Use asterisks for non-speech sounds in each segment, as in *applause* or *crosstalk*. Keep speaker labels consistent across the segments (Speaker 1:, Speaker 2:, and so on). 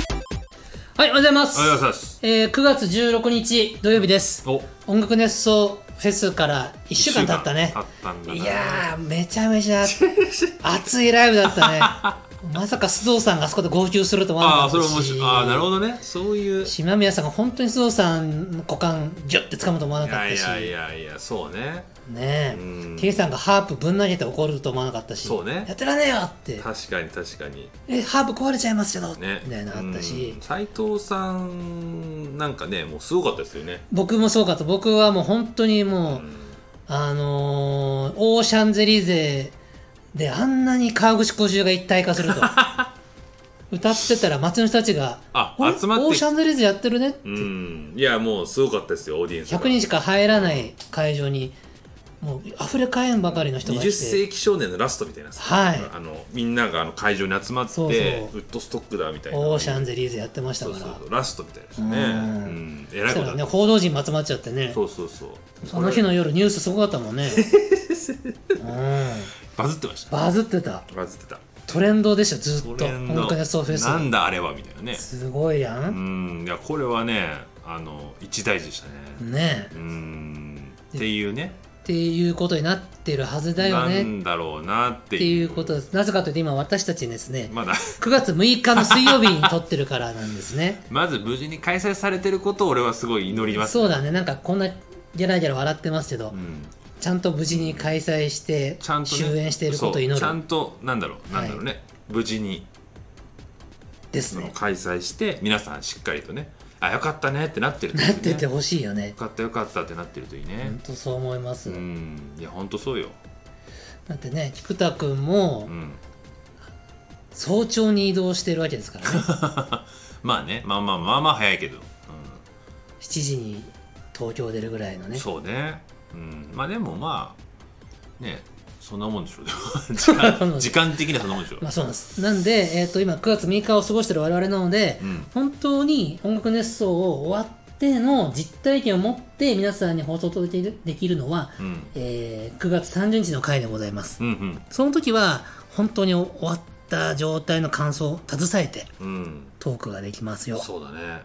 Speaker 1: はい、おはようございます。
Speaker 2: おはようございます
Speaker 1: えー9月16日土曜日です。
Speaker 2: お
Speaker 1: 音楽熱奏フェスから1週間経ったね。
Speaker 2: 経ったんだ
Speaker 1: いやー、めちゃめちゃ熱いライブだった
Speaker 2: *laughs*
Speaker 1: ね。まさか須藤さんがあそこで号泣すると思わな
Speaker 2: あ
Speaker 1: か
Speaker 2: あ
Speaker 1: っ
Speaker 2: それ
Speaker 1: た
Speaker 2: は面
Speaker 1: し
Speaker 2: 白い。ああなるほどねそういうい
Speaker 1: 島宮さんが本当に須藤さんの股間ギュッて掴むと思わなか
Speaker 2: や
Speaker 1: っ
Speaker 2: い
Speaker 1: たし
Speaker 2: やいやいやそうね
Speaker 1: ねえ、
Speaker 2: うん
Speaker 1: K さんがハープぶん投げて怒ると思わなかったし
Speaker 2: そうね
Speaker 1: やってらねえよって
Speaker 2: 確かに確かに
Speaker 1: えハープ壊れちゃいますけど、
Speaker 2: ね
Speaker 1: みたいなのあったし
Speaker 2: 斎藤さんなんかねもうすごかったですよね
Speaker 1: 僕もそうかと僕はもう本当にもう、あのーオーシャンゼリゼであんなに河口湖中が一体化す
Speaker 2: *laughs*
Speaker 1: ると歌ってたら街の人たちが「
Speaker 2: あ
Speaker 1: あれ
Speaker 2: 集まって
Speaker 1: オーシャンゼリゼやってるね」って、
Speaker 2: うん、うん、いやもうすごかったですよオーディエンスが
Speaker 1: 100人しか入らない会場にもう溢れかえんばかりの人がい
Speaker 2: 20
Speaker 1: て
Speaker 2: 世紀少年のラストみたいなさ
Speaker 1: はい
Speaker 2: あのみんながあの会場に集まって
Speaker 1: そうそう
Speaker 2: ウッドストックだみたいな
Speaker 1: オーシャンゼリゼやってました
Speaker 2: そう
Speaker 1: か
Speaker 2: そう
Speaker 1: ら
Speaker 2: そうラストみたいですね
Speaker 1: うん
Speaker 2: うんえら
Speaker 1: そし
Speaker 2: い
Speaker 1: たら
Speaker 2: こと
Speaker 1: ね
Speaker 2: だ
Speaker 1: 報道陣も集まっちゃってね
Speaker 2: そうそうそう
Speaker 1: その日
Speaker 2: こ
Speaker 1: の夜ニュースすごかったもん
Speaker 2: *laughs*
Speaker 1: ねうん
Speaker 2: れバズってました
Speaker 1: バズってた
Speaker 2: バズってた
Speaker 1: トレンドでしたずっ
Speaker 2: ト
Speaker 1: と
Speaker 2: レン
Speaker 1: 音
Speaker 2: ド
Speaker 1: 楽熱奏フェス
Speaker 2: なんだあれはみたいなね
Speaker 1: すごいや、
Speaker 2: うんんいやこれはねあの一大事でしたね
Speaker 1: ねえ
Speaker 2: うんっていうね
Speaker 1: っていうことになってるはずだよ
Speaker 2: な
Speaker 1: ね
Speaker 2: んだろうなって
Speaker 1: ってい
Speaker 2: いう
Speaker 1: うことですなぜかというと今私たちですね
Speaker 2: まだ
Speaker 1: 9月6日の水曜日に撮ってるからなんですね
Speaker 2: まず無事に開催されてることを俺はすご *laughs* い祈ります
Speaker 1: そうだねなんかこんなギャラギャラ笑ってますけど、
Speaker 2: うん
Speaker 1: ちゃんと無事に開催して
Speaker 2: ちゃんとね
Speaker 1: 終演していることを
Speaker 2: そうち
Speaker 1: 祈
Speaker 2: ゃ
Speaker 1: る
Speaker 2: んとなんだろうなんだろうね無事に
Speaker 1: です
Speaker 2: その
Speaker 1: ね
Speaker 2: 開催して皆さんしっかりとねあよかったねってなってるといい
Speaker 1: な
Speaker 2: ね
Speaker 1: ってて
Speaker 2: よ
Speaker 1: ほしいよね
Speaker 2: かったよかったってなってるといい
Speaker 1: 本
Speaker 2: ね
Speaker 1: 当そう思います、
Speaker 2: うんいやほんとそうよ
Speaker 1: だってね菊田君も
Speaker 2: うん
Speaker 1: 早朝に移動してるわけですからね *laughs*
Speaker 2: まあねまあまあまあまあ早いけど、う
Speaker 1: 7時に東京出るぐらいの
Speaker 2: ん
Speaker 1: ね
Speaker 2: そうね、うん、まあでもまあねそんなもんでしょ
Speaker 1: *laughs*
Speaker 2: 時間時間的にはそんなもんでしょ、
Speaker 1: まあそうなんです。なんで、えっ、と、今9月6日を過ごしてる我々なので、
Speaker 2: うん
Speaker 1: 本当に音楽熱奏を終わっての実体験を持って皆さんに放送を届けできるのは、
Speaker 2: うん、
Speaker 1: えー9月30日の回でございます。
Speaker 2: うんうん
Speaker 1: その時は、本当に終わった状態の感想を携えて
Speaker 2: うん
Speaker 1: トークができますよ。
Speaker 2: そうだね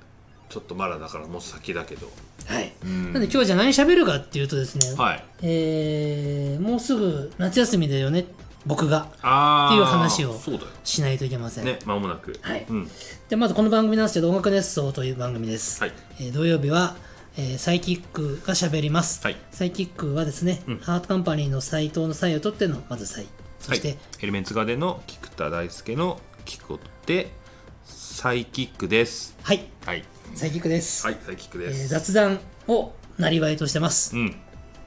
Speaker 2: ちょっとまだだからもう先だけど、
Speaker 1: はい。
Speaker 2: うん、
Speaker 1: なんで今日じゃあ何喋るかっていうとですね、
Speaker 2: はい
Speaker 1: えーもうすぐ夏休みだよね、僕が
Speaker 2: ああ
Speaker 1: っていう話を
Speaker 2: そうだよ
Speaker 1: しないといけません。
Speaker 2: ね間もなく
Speaker 1: はい
Speaker 2: うん、
Speaker 1: でまずこの番組なんですけど音楽熱奏という番組です、
Speaker 2: はい
Speaker 1: えー土曜日は、えーサイキックが喋ります、
Speaker 2: はい
Speaker 1: サイキックはですね、
Speaker 2: うん
Speaker 1: ハートカンパニーの斎藤の際を取ってのまず際そして、
Speaker 2: はい、エレメンツガーデンの菊田大輔のキコでサイキックです
Speaker 1: はい、
Speaker 2: はい
Speaker 1: サイキックです、
Speaker 2: はいサイキック
Speaker 1: え
Speaker 2: で
Speaker 1: ー
Speaker 2: す、
Speaker 1: 雑談をなりわいとしてます
Speaker 2: うん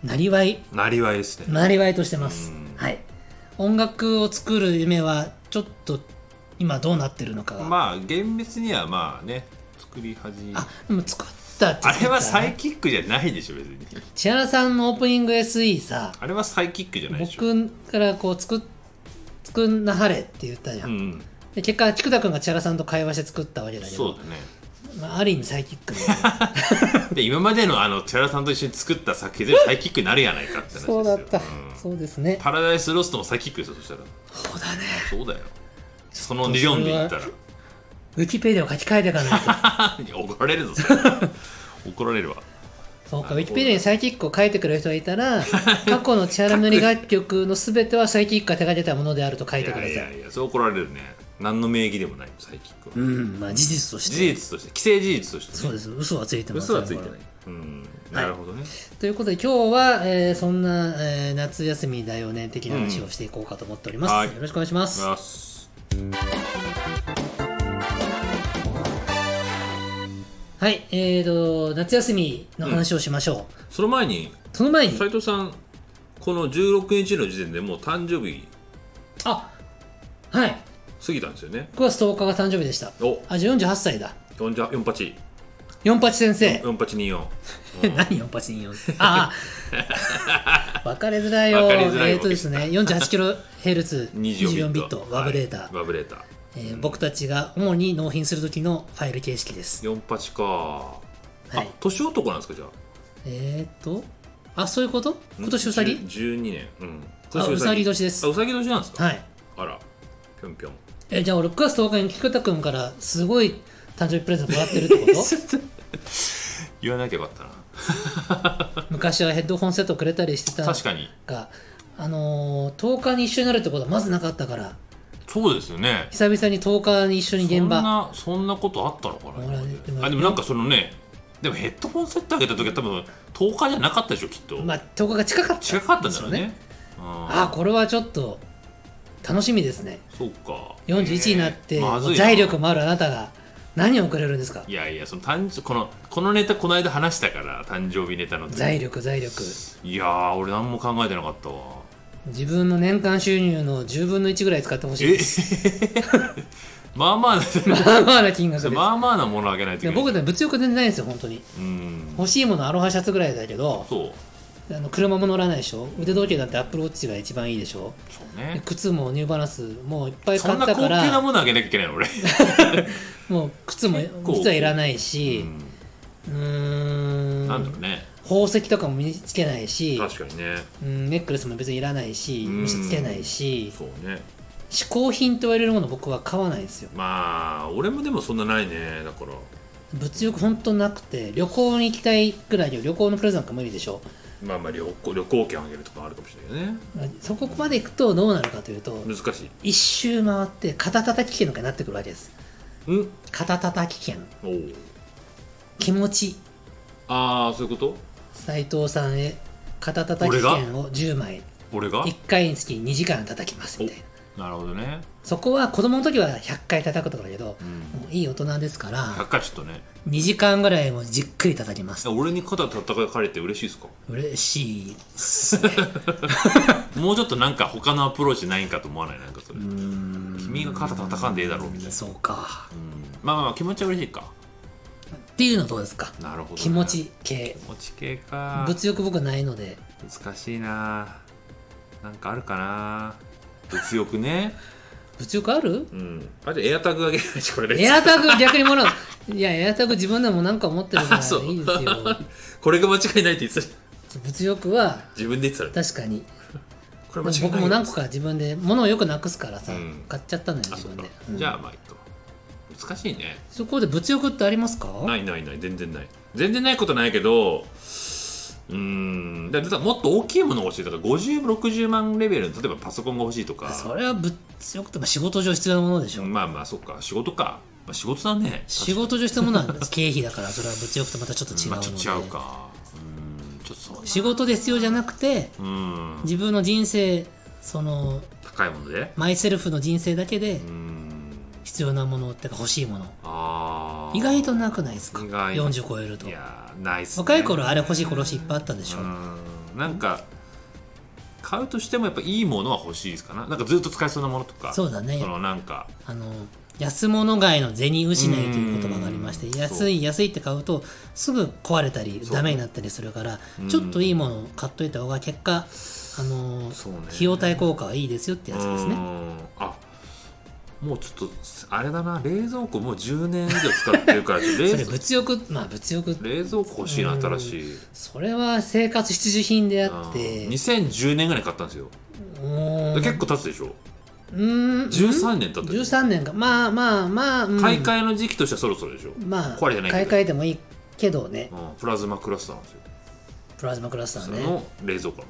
Speaker 1: なりわい
Speaker 2: なりわいですね、
Speaker 1: なりわいとしてます
Speaker 2: うん
Speaker 1: はい音楽を作る夢はちょっと今どうなってるのかが、
Speaker 2: まあ厳密にはまあね作り始め
Speaker 1: あでも作ったって
Speaker 2: あれはサ
Speaker 1: 最
Speaker 2: イキックじゃないでしょ別に
Speaker 1: 千原さんのオープニング SE さ
Speaker 2: あれはサイキックじゃないでしょ
Speaker 1: 僕からこう作っ作んなはれって言ったじゃ、
Speaker 2: うんんうん、
Speaker 1: で結果菊田君が千原さんと会話して作ったわけだけ
Speaker 2: そう
Speaker 1: ど、
Speaker 2: だね
Speaker 1: まあ、ある意味サイキック
Speaker 2: *laughs*
Speaker 1: だよね
Speaker 2: で今までのあのチャラさんと一緒に作った作品全部サイキックになるやないかって話ですよ
Speaker 1: そうだった、
Speaker 2: ん
Speaker 1: そうですね
Speaker 2: パラダイスロストもサイキックですよそしたら
Speaker 1: そうだね
Speaker 2: そうだよその理論で言ったら
Speaker 1: ウィキペディアを書き換えていかない
Speaker 2: *laughs*
Speaker 1: と
Speaker 2: いや *laughs* 怒られるぞそれ
Speaker 1: *laughs*
Speaker 2: 怒られるわ
Speaker 1: そうか
Speaker 2: な
Speaker 1: ウ
Speaker 2: るほど
Speaker 1: ィキペディアにサイキックを書いてくれる人がいたら過去の千原のり楽曲の全てはサイキックが手がけたものであると書いてください
Speaker 2: いやいやいやそれ怒られるね何の名義でもないサイキックは、
Speaker 1: うんまあ事実とし
Speaker 2: 事
Speaker 1: て
Speaker 2: 実として既成事実として、ね、
Speaker 1: そうです嘘はついてます
Speaker 2: 嘘はついてない
Speaker 1: これ
Speaker 2: うんなるほどね、
Speaker 1: ということで今日は、えーそんな、えー夏休みだよね的な話をしていこうかと思っております、
Speaker 2: うんはい
Speaker 1: よろしくお願いします
Speaker 2: よし
Speaker 1: はい、えーと、夏休みの話をしましょう。
Speaker 2: その前に
Speaker 1: その前に、
Speaker 2: 斉藤さんこの16日の時点でもう誕生日
Speaker 1: あはい、
Speaker 2: 過ぎたんですよね
Speaker 1: 9月10日が誕生日でした。
Speaker 2: お
Speaker 1: あ、じゃあ48歳だ。
Speaker 2: 四じゃ四八
Speaker 1: 四八先生。
Speaker 2: 四八二四
Speaker 1: *laughs* 何四八に四あ
Speaker 2: *laughs*
Speaker 1: あ。分かりづらいよ。
Speaker 2: 分かりづらい
Speaker 1: えーとですね、48kHz、24ビット、ワブデータ、
Speaker 2: ワブレータ
Speaker 1: えー僕たちが主に納品する時のファイル形式です。
Speaker 2: 四八か、
Speaker 1: は
Speaker 2: あ
Speaker 1: い。
Speaker 2: 年男なんですかじゃあ
Speaker 1: えーと、あ、そういうこと今年うさぎ
Speaker 2: 十二年うん
Speaker 1: あ、うさぎ年です
Speaker 2: あ。うさぎ年なんですか
Speaker 1: はい。
Speaker 2: あらぴょんぴょん
Speaker 1: えじゃあ俺9月10日に菊田君からすごい誕生日プレゼントもらってるってこと
Speaker 2: *laughs* 言わなきゃよかったな
Speaker 1: 昔はヘッドホンセットくれたりしてた
Speaker 2: 確かに
Speaker 1: が、あのー10日に一緒になるってことはまずなかったから
Speaker 2: そうですよね
Speaker 1: 久々に10日に一緒に現場
Speaker 2: そんなそんなことあったのかな
Speaker 1: ほら
Speaker 2: 今まで
Speaker 1: でも
Speaker 2: あでもなんかそのねでもヘッドホンセットあげた時は多分10日じゃなかったでしょきっと、
Speaker 1: まあ、10日が近かった
Speaker 2: 近かったんだろうねうん
Speaker 1: ああこれはちょっと楽しみですね
Speaker 2: そうか
Speaker 1: 41になって、
Speaker 2: えーまずいな
Speaker 1: 財力もあるあなたが何をくれるんですか
Speaker 2: いやいやその誕生このこのネタこの間話したから誕生日ネタの時
Speaker 1: 財力財力
Speaker 2: いやー俺何も考えてなかったわ
Speaker 1: 自分の年間収入の10分の1ぐらい使ってほしい
Speaker 2: え
Speaker 1: です
Speaker 2: *laughs* まあまあ
Speaker 1: *laughs* まあまあな金額です、
Speaker 2: まあまあなものあげないといけない
Speaker 1: 僕ね物欲全然ないんですよ本当に
Speaker 2: うん
Speaker 1: 欲しいものアロハシャツぐらいだけど
Speaker 2: そう
Speaker 1: あの車も乗らないでしょ腕時計だってアップルウォッチが一番いいでしょ
Speaker 2: そう
Speaker 1: で
Speaker 2: ね
Speaker 1: 靴もニューバランスもういっぱい
Speaker 2: そ
Speaker 1: 買
Speaker 2: ん
Speaker 1: っ
Speaker 2: な
Speaker 1: た
Speaker 2: 高級
Speaker 1: か
Speaker 2: な
Speaker 1: ら
Speaker 2: ものあげなきゃいけないの俺
Speaker 1: もう靴も
Speaker 2: 構
Speaker 1: 実はいらないうし
Speaker 2: ん
Speaker 1: うーん
Speaker 2: なんだろうね
Speaker 1: 宝石とかも身につけないし、
Speaker 2: 確かにね
Speaker 1: うん、ネックレスも別にいらないし
Speaker 2: うん
Speaker 1: むしろつけないし
Speaker 2: そうね
Speaker 1: 嗜好品と言われるもの僕は買わないんですよ
Speaker 2: まあ俺もでもそんなないねだから
Speaker 1: 物欲ほんとなくて旅行に行きたいぐらいよ旅行のプレゼントも無理でしょ
Speaker 2: まあまあ旅行旅行券あげるとかあるかもしれないよね
Speaker 1: そこまで行くとどうなるかというと
Speaker 2: 難しい
Speaker 1: 一周回って肩叩き券とかになってくるわけです
Speaker 2: うん
Speaker 1: 肩叩き券
Speaker 2: おお
Speaker 1: 気持ち
Speaker 2: ああそういうこと
Speaker 1: 斉藤さんへ肩叩き券を10枚
Speaker 2: 俺が
Speaker 1: 1回につき2時間叩きますみたいな
Speaker 2: なるほどね、
Speaker 1: そこは子供の時は100回叩くとかだけど
Speaker 2: うん、
Speaker 1: もういい大人ですから
Speaker 2: 100回ちょっとね
Speaker 1: 2時間ぐらいもじっくり叩きます
Speaker 2: 俺に肩叩かれて嬉しいですか
Speaker 1: 嬉しいっすね
Speaker 2: *laughs* もうちょっとなんか他のアプローチないんかと思わないなんかそれ、
Speaker 1: うーん
Speaker 2: 君が肩叩かんでええだろうみたいな
Speaker 1: そうか
Speaker 2: うんまあまあまあ気持ちは嬉しいか
Speaker 1: っていうのどうですか
Speaker 2: なるほどね、
Speaker 1: 気持ち系
Speaker 2: 気持ち系か
Speaker 1: 物欲僕ないので
Speaker 2: 難しいななんかあるかな物欲ね
Speaker 1: 物欲ある
Speaker 2: うんあじゃあエアタグあげないとこれ
Speaker 1: エア
Speaker 2: *laughs*
Speaker 1: タグ逆にもらういやエアタグ自分でもなんか持ってるか
Speaker 2: あ
Speaker 1: ら
Speaker 2: そう
Speaker 1: いいですよ
Speaker 2: これが間違いないって言ってた
Speaker 1: 物欲は
Speaker 2: 自分で言ってたら
Speaker 1: 確かに
Speaker 2: これ間違いない
Speaker 1: 僕も何個か自分で物をよくなくすからさ、
Speaker 2: うん
Speaker 1: 買っちゃったのよ
Speaker 2: あ
Speaker 1: 自
Speaker 2: そう
Speaker 1: 分
Speaker 2: か
Speaker 1: で、うん
Speaker 2: じゃあまあいいか難しいね
Speaker 1: そこで物欲ってありますか
Speaker 2: ないないない全然ない全然ないことないけどうーんだからもっと大きいものが欲しいだから5060万レベルの例えばパソコンが欲しいとか
Speaker 1: それは物欲ってまあ仕事上必要なものでしょ、
Speaker 2: まあまあそっか仕事か、まあ、仕事だね
Speaker 1: 仕事上必要なものは経費だからそれは物欲とまたちょっと違う
Speaker 2: ま
Speaker 1: の
Speaker 2: あ
Speaker 1: で、
Speaker 2: ちょっと違うかうーんちょっとそうだな
Speaker 1: 仕事で必要じゃなくて
Speaker 2: うーん
Speaker 1: 自分の人生その
Speaker 2: 高いもので
Speaker 1: マイセルフの人生だけで
Speaker 2: うーん
Speaker 1: 必要なものってか欲しいもの
Speaker 2: あー
Speaker 1: 意外となくないですか
Speaker 2: 意外
Speaker 1: 40超えると
Speaker 2: いやーないっすね
Speaker 1: 若い頃あれ欲しいこれ欲しいいっぱいあったでしょ、
Speaker 2: うーんなんか買うとしてもやっぱいいものは欲しいですかななんかずっと使えそうなものとか
Speaker 1: そうだね
Speaker 2: そのなんか
Speaker 1: あの安物買いの銭失いという言葉がありまし
Speaker 2: うん
Speaker 1: て安い安いって買うとすぐ壊れたり
Speaker 2: そう
Speaker 1: ダメになったりするから
Speaker 2: うん
Speaker 1: ちょっといいものを買っといた方が結果あの
Speaker 2: そうね
Speaker 1: 費用対効果はいいですよってやつです
Speaker 2: うー
Speaker 1: ね
Speaker 2: んあもうちょっとあれだな冷蔵庫もう10年以上使ってるか
Speaker 1: *laughs*
Speaker 2: ら冷
Speaker 1: それ
Speaker 2: 蔵
Speaker 1: 物欲まあ物欲
Speaker 2: 冷蔵庫欲しいな新しい
Speaker 1: それは生活必需品であっ
Speaker 2: う
Speaker 1: て
Speaker 2: ん2010年ぐらい買ったんですよ
Speaker 1: うーん
Speaker 2: で結構経つでしょ
Speaker 1: うーん
Speaker 2: 13年経ったでしょ
Speaker 1: 13年かまあまあまあ、うん
Speaker 2: 買い替えの時期としてはそろそろでしょ、
Speaker 1: まあ
Speaker 2: 壊れてないけ
Speaker 1: 買い
Speaker 2: ど
Speaker 1: 替えてもいいけどね
Speaker 2: うんプラズマクラスターなんですよ
Speaker 1: プラズマクラスタ
Speaker 2: そ
Speaker 1: ーね
Speaker 2: の冷蔵庫の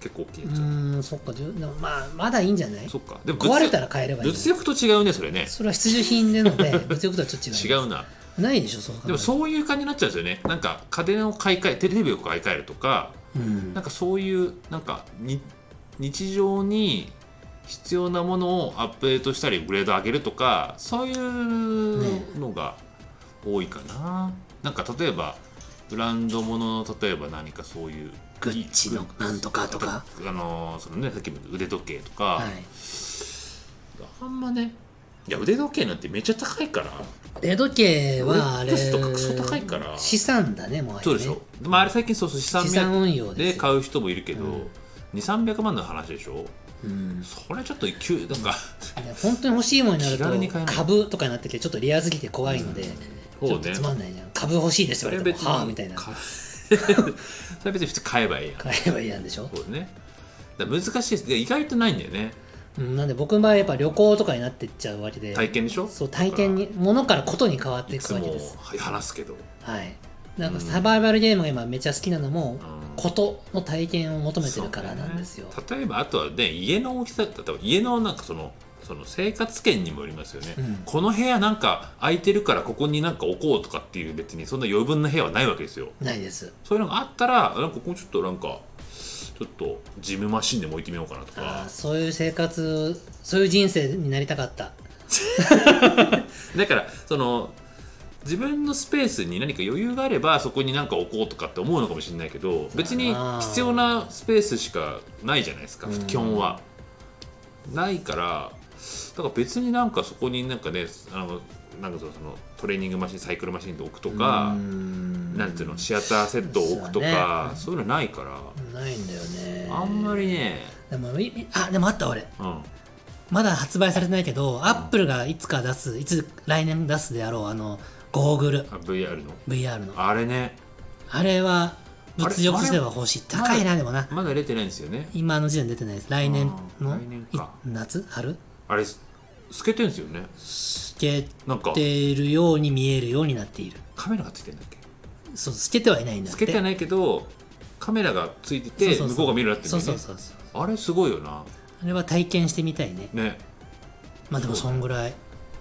Speaker 2: 結構大きいうやつ、
Speaker 1: ーんそっかじゅでもまあまだいいんじゃない
Speaker 2: そっかでも物
Speaker 1: 壊れたら買えればいい
Speaker 2: 物欲と違うねそれね
Speaker 1: それは必需品でので *laughs* 物欲とはちょっと違
Speaker 2: 違
Speaker 1: う
Speaker 2: うな
Speaker 1: ないでしょそう考え
Speaker 2: でもそういう感じになっちゃうんですよねなんか家電を買い替えテレビを買い替えるとか
Speaker 1: う、うん
Speaker 2: なんかそういうなんかに日常に必要なものをアップデートしたりグレード上げるとかそういうのが多いかな、なんか例えばブランドものの例えば何かそういう
Speaker 1: グッチの
Speaker 2: グッ
Speaker 1: なんとかとか
Speaker 2: あのそのねさっきも腕時計とか、
Speaker 1: はい
Speaker 2: あんまねいや腕時計なんてめっちゃ高いから
Speaker 1: 腕時計はあれ
Speaker 2: 俺テストがクソ高いから
Speaker 1: 資産だねもうあれね
Speaker 2: そうでしょ、でもあれ最近そうそう資産
Speaker 1: 資産運用で
Speaker 2: です
Speaker 1: よ
Speaker 2: 買う人もいるけど、
Speaker 1: うん
Speaker 2: 2 3 0 0万の話でしょ
Speaker 1: うん、
Speaker 2: それちょっと急なんか
Speaker 1: で本当に欲しいものになる
Speaker 2: 気軽に買え
Speaker 1: と
Speaker 2: ない
Speaker 1: 株とかになってきてちょっとレアすぎて怖いので、ち
Speaker 2: そ
Speaker 1: ょ
Speaker 2: う
Speaker 1: っと
Speaker 2: ね
Speaker 1: つまんないじゃん株欲しいです
Speaker 2: そ
Speaker 1: よ
Speaker 2: れ
Speaker 1: れ
Speaker 2: 別に
Speaker 1: はあみたいな
Speaker 2: か *laughs* それ別に普通買えばいいやん
Speaker 1: 買えばいいやんでしょ
Speaker 2: そうねだから難しいですで意外とないんだよね
Speaker 1: うん、なんで僕の場合やっぱ旅行とかになってっちゃうわけで、
Speaker 2: 体験でしょ
Speaker 1: そう体験に物からことに変わってい
Speaker 2: いつ
Speaker 1: くわ
Speaker 2: も
Speaker 1: けです
Speaker 2: はい話すけど、
Speaker 1: はいなんかサバイバルゲームが今めちゃ好きなのも
Speaker 2: うん
Speaker 1: ことの体験を求めてるからなんですよ、
Speaker 2: そうね例えばあとはね家の大きさ例えば家のなんかそのその生活圏にもよりますよね、
Speaker 1: うん
Speaker 2: この部屋なんか空いてるからここになんか置こうとかっていう別にそんな余分な部屋はないわけですよ
Speaker 1: ないです
Speaker 2: そういうのがあったらなんかここちょっとなんかちょっとジムマシンでも置いてみようかなと
Speaker 1: あ
Speaker 2: か
Speaker 1: ーそういう生活そういう人生になりたかった
Speaker 2: だからその自分のスペースに何か余裕があればそこに何か置こうとかって思うのかもしれないけど別に必要なスペースしかないじゃないですか
Speaker 1: うん
Speaker 2: 基本は。ないからだから別になんかそこになんかねあのなんかそのそのトレーニングマシンサイクルマシンで置くとか、
Speaker 1: な
Speaker 2: なんていうのシアターセットを置くとか
Speaker 1: そ
Speaker 2: そう,、いうのないから、
Speaker 1: ないんだよね
Speaker 2: あんまりね、
Speaker 1: でもいいあでもあった俺
Speaker 2: うん、
Speaker 1: まだ発売されてないけどアップルがいつか出すいつ来年出すであろうあのゴーグル
Speaker 2: あ VR の
Speaker 1: VR の
Speaker 2: あれね
Speaker 1: あれは物欲としては欲しい
Speaker 2: れ
Speaker 1: 高いなでもな
Speaker 2: まだ出てないんですよね
Speaker 1: 今の時点で出てないです来年
Speaker 2: あ
Speaker 1: の
Speaker 2: ー来年か
Speaker 1: い夏春
Speaker 2: あれす透けてるんですよね
Speaker 1: 透け
Speaker 2: なんか
Speaker 1: ているように見えるようになっている
Speaker 2: カメラがついてるんだっけ
Speaker 1: そう透けてはいないんだっ
Speaker 2: つ
Speaker 1: て
Speaker 2: けてはないけどカメラがついてて
Speaker 1: そ
Speaker 2: 向
Speaker 1: そ
Speaker 2: こうが見るようになって
Speaker 1: そう
Speaker 2: るんだ
Speaker 1: そ
Speaker 2: よ
Speaker 1: う
Speaker 2: ね
Speaker 1: そうそう
Speaker 2: あれすごいよな
Speaker 1: あれは体験してみたいね
Speaker 2: ね
Speaker 1: まあでもそんぐらい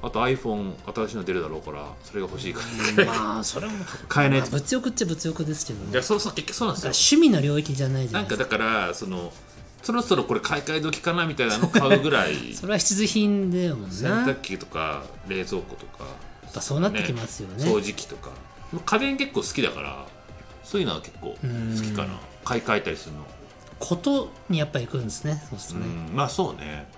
Speaker 2: あと iPhone 新しいの出るだろうからそれが欲しいから
Speaker 1: うん
Speaker 2: *laughs*
Speaker 1: まあそれも
Speaker 2: 買えない
Speaker 1: まあ
Speaker 2: とい
Speaker 1: 物欲っちゃ物欲ですけどね
Speaker 2: やそうそう結局そうなん
Speaker 1: だから
Speaker 2: です
Speaker 1: 趣味の領域じゃないじ
Speaker 2: よ
Speaker 1: ゃ
Speaker 2: な
Speaker 1: なんいで
Speaker 2: か
Speaker 1: すか
Speaker 2: だからそのそろそろこれ買い替え時かなみたいなの買うぐらい
Speaker 1: *laughs* それは必需品だよもん
Speaker 2: 洗
Speaker 1: なやっ
Speaker 2: 濯機とか冷蔵庫とか
Speaker 1: ぱそうなってきますよね
Speaker 2: 掃除機とか家電結構好きだからそういうのは結構好きか
Speaker 1: うん
Speaker 2: な買い替えたりするの
Speaker 1: ことにやっぱ行くんですねそうです
Speaker 2: う
Speaker 1: ね、
Speaker 2: んまあそうね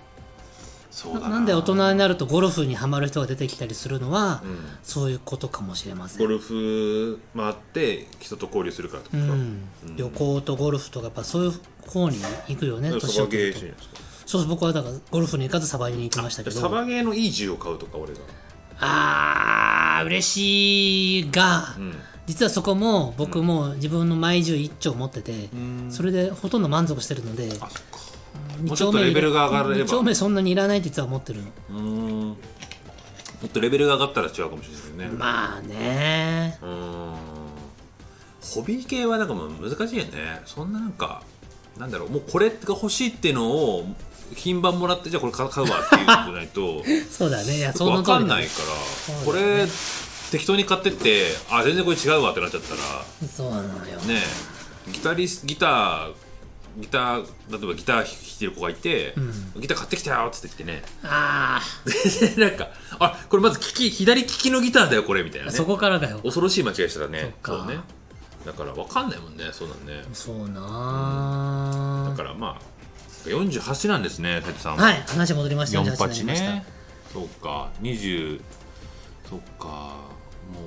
Speaker 2: そうだ
Speaker 1: ななんで大人になるとゴルフにはまる人が出てきたりするのは、
Speaker 2: うん
Speaker 1: そういうことかもしれませ
Speaker 2: ゴ
Speaker 1: ん、
Speaker 2: ルフ回って人と交流するからって
Speaker 1: う
Speaker 2: ことか、
Speaker 1: ん
Speaker 2: うん
Speaker 1: 旅行とゴルフとかやっぱそういう方に行くよね
Speaker 2: だから
Speaker 1: 年
Speaker 2: サ
Speaker 1: を
Speaker 2: バ
Speaker 1: 取
Speaker 2: ゲー
Speaker 1: る
Speaker 2: し
Speaker 1: と
Speaker 2: てるんですか
Speaker 1: そうそう僕はだからゴルフに行かずサバイに行きましたけ
Speaker 2: でサ
Speaker 1: ど
Speaker 2: バゲーのいい銃を買うとか俺が、
Speaker 1: あー嬉しいが、実はそこも僕も自分の毎銃1丁持ってて、
Speaker 2: うん
Speaker 1: それでほとんど満足してるので
Speaker 2: あそっかも
Speaker 1: 2
Speaker 2: うち
Speaker 1: 丁
Speaker 2: ょっと
Speaker 1: 目
Speaker 2: レベルが上がれば
Speaker 1: 2丁目そんなにいらないって実は思ってるの
Speaker 2: うーんもっとレベルが上がったら違うかもしれないですね、
Speaker 1: まあね
Speaker 2: うーんホビー系はなんかもう難しいよねそんななんかなんだろうもうこれが欲しいっていうのを品番もらってじゃあこれ買うわっていうのじゃないと
Speaker 1: そうだねいやその
Speaker 2: 分
Speaker 1: 通
Speaker 2: か
Speaker 1: り
Speaker 2: ん
Speaker 1: だ
Speaker 2: な
Speaker 1: ね
Speaker 2: いか
Speaker 1: うだ
Speaker 2: ら、
Speaker 1: ね
Speaker 2: これ適当に買ってってあ全然これ違うわってなっちゃったら
Speaker 1: そうなのよ、
Speaker 2: ねえギタリスギターギター例えばギター弾いてる子がいて、
Speaker 1: うん
Speaker 2: ギター買ってきたよっつってきてね *laughs*
Speaker 1: あ
Speaker 2: 全然なんかあこれまず利き左利きのギターだよこれみたい
Speaker 1: あ、
Speaker 2: なね
Speaker 1: そこからだよ
Speaker 2: 恐ろしい間違いしたらね
Speaker 1: そっか
Speaker 2: うねだから分かんないもんねそうなんね
Speaker 1: そうなあ
Speaker 2: だからまあ48なんですね斉藤さん
Speaker 1: はい話戻りました48になりま
Speaker 2: 48
Speaker 1: した、
Speaker 2: ねそうか20そっかも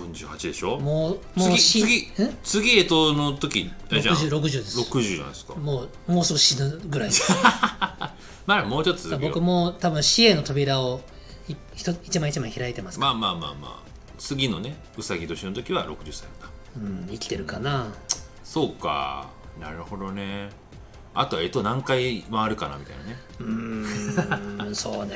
Speaker 2: う48でしょ
Speaker 1: もうもう
Speaker 2: 次
Speaker 1: し
Speaker 2: 次
Speaker 1: え
Speaker 2: 次えとの時えじゃあ
Speaker 1: 6060です
Speaker 2: 60なんですか
Speaker 1: もうもうすぐ死ぬぐらいです
Speaker 2: まあもうちょっと続けよ
Speaker 1: 僕
Speaker 2: う
Speaker 1: も多分死への扉をいひと一枚一枚開いてますから、
Speaker 2: まあまあまあまあ次のねうさぎ年の時は60歳だ
Speaker 1: うん、生きてるかな
Speaker 2: そうかなるほどねあとえと何回回るかなみたいなね
Speaker 1: うーん *laughs* そう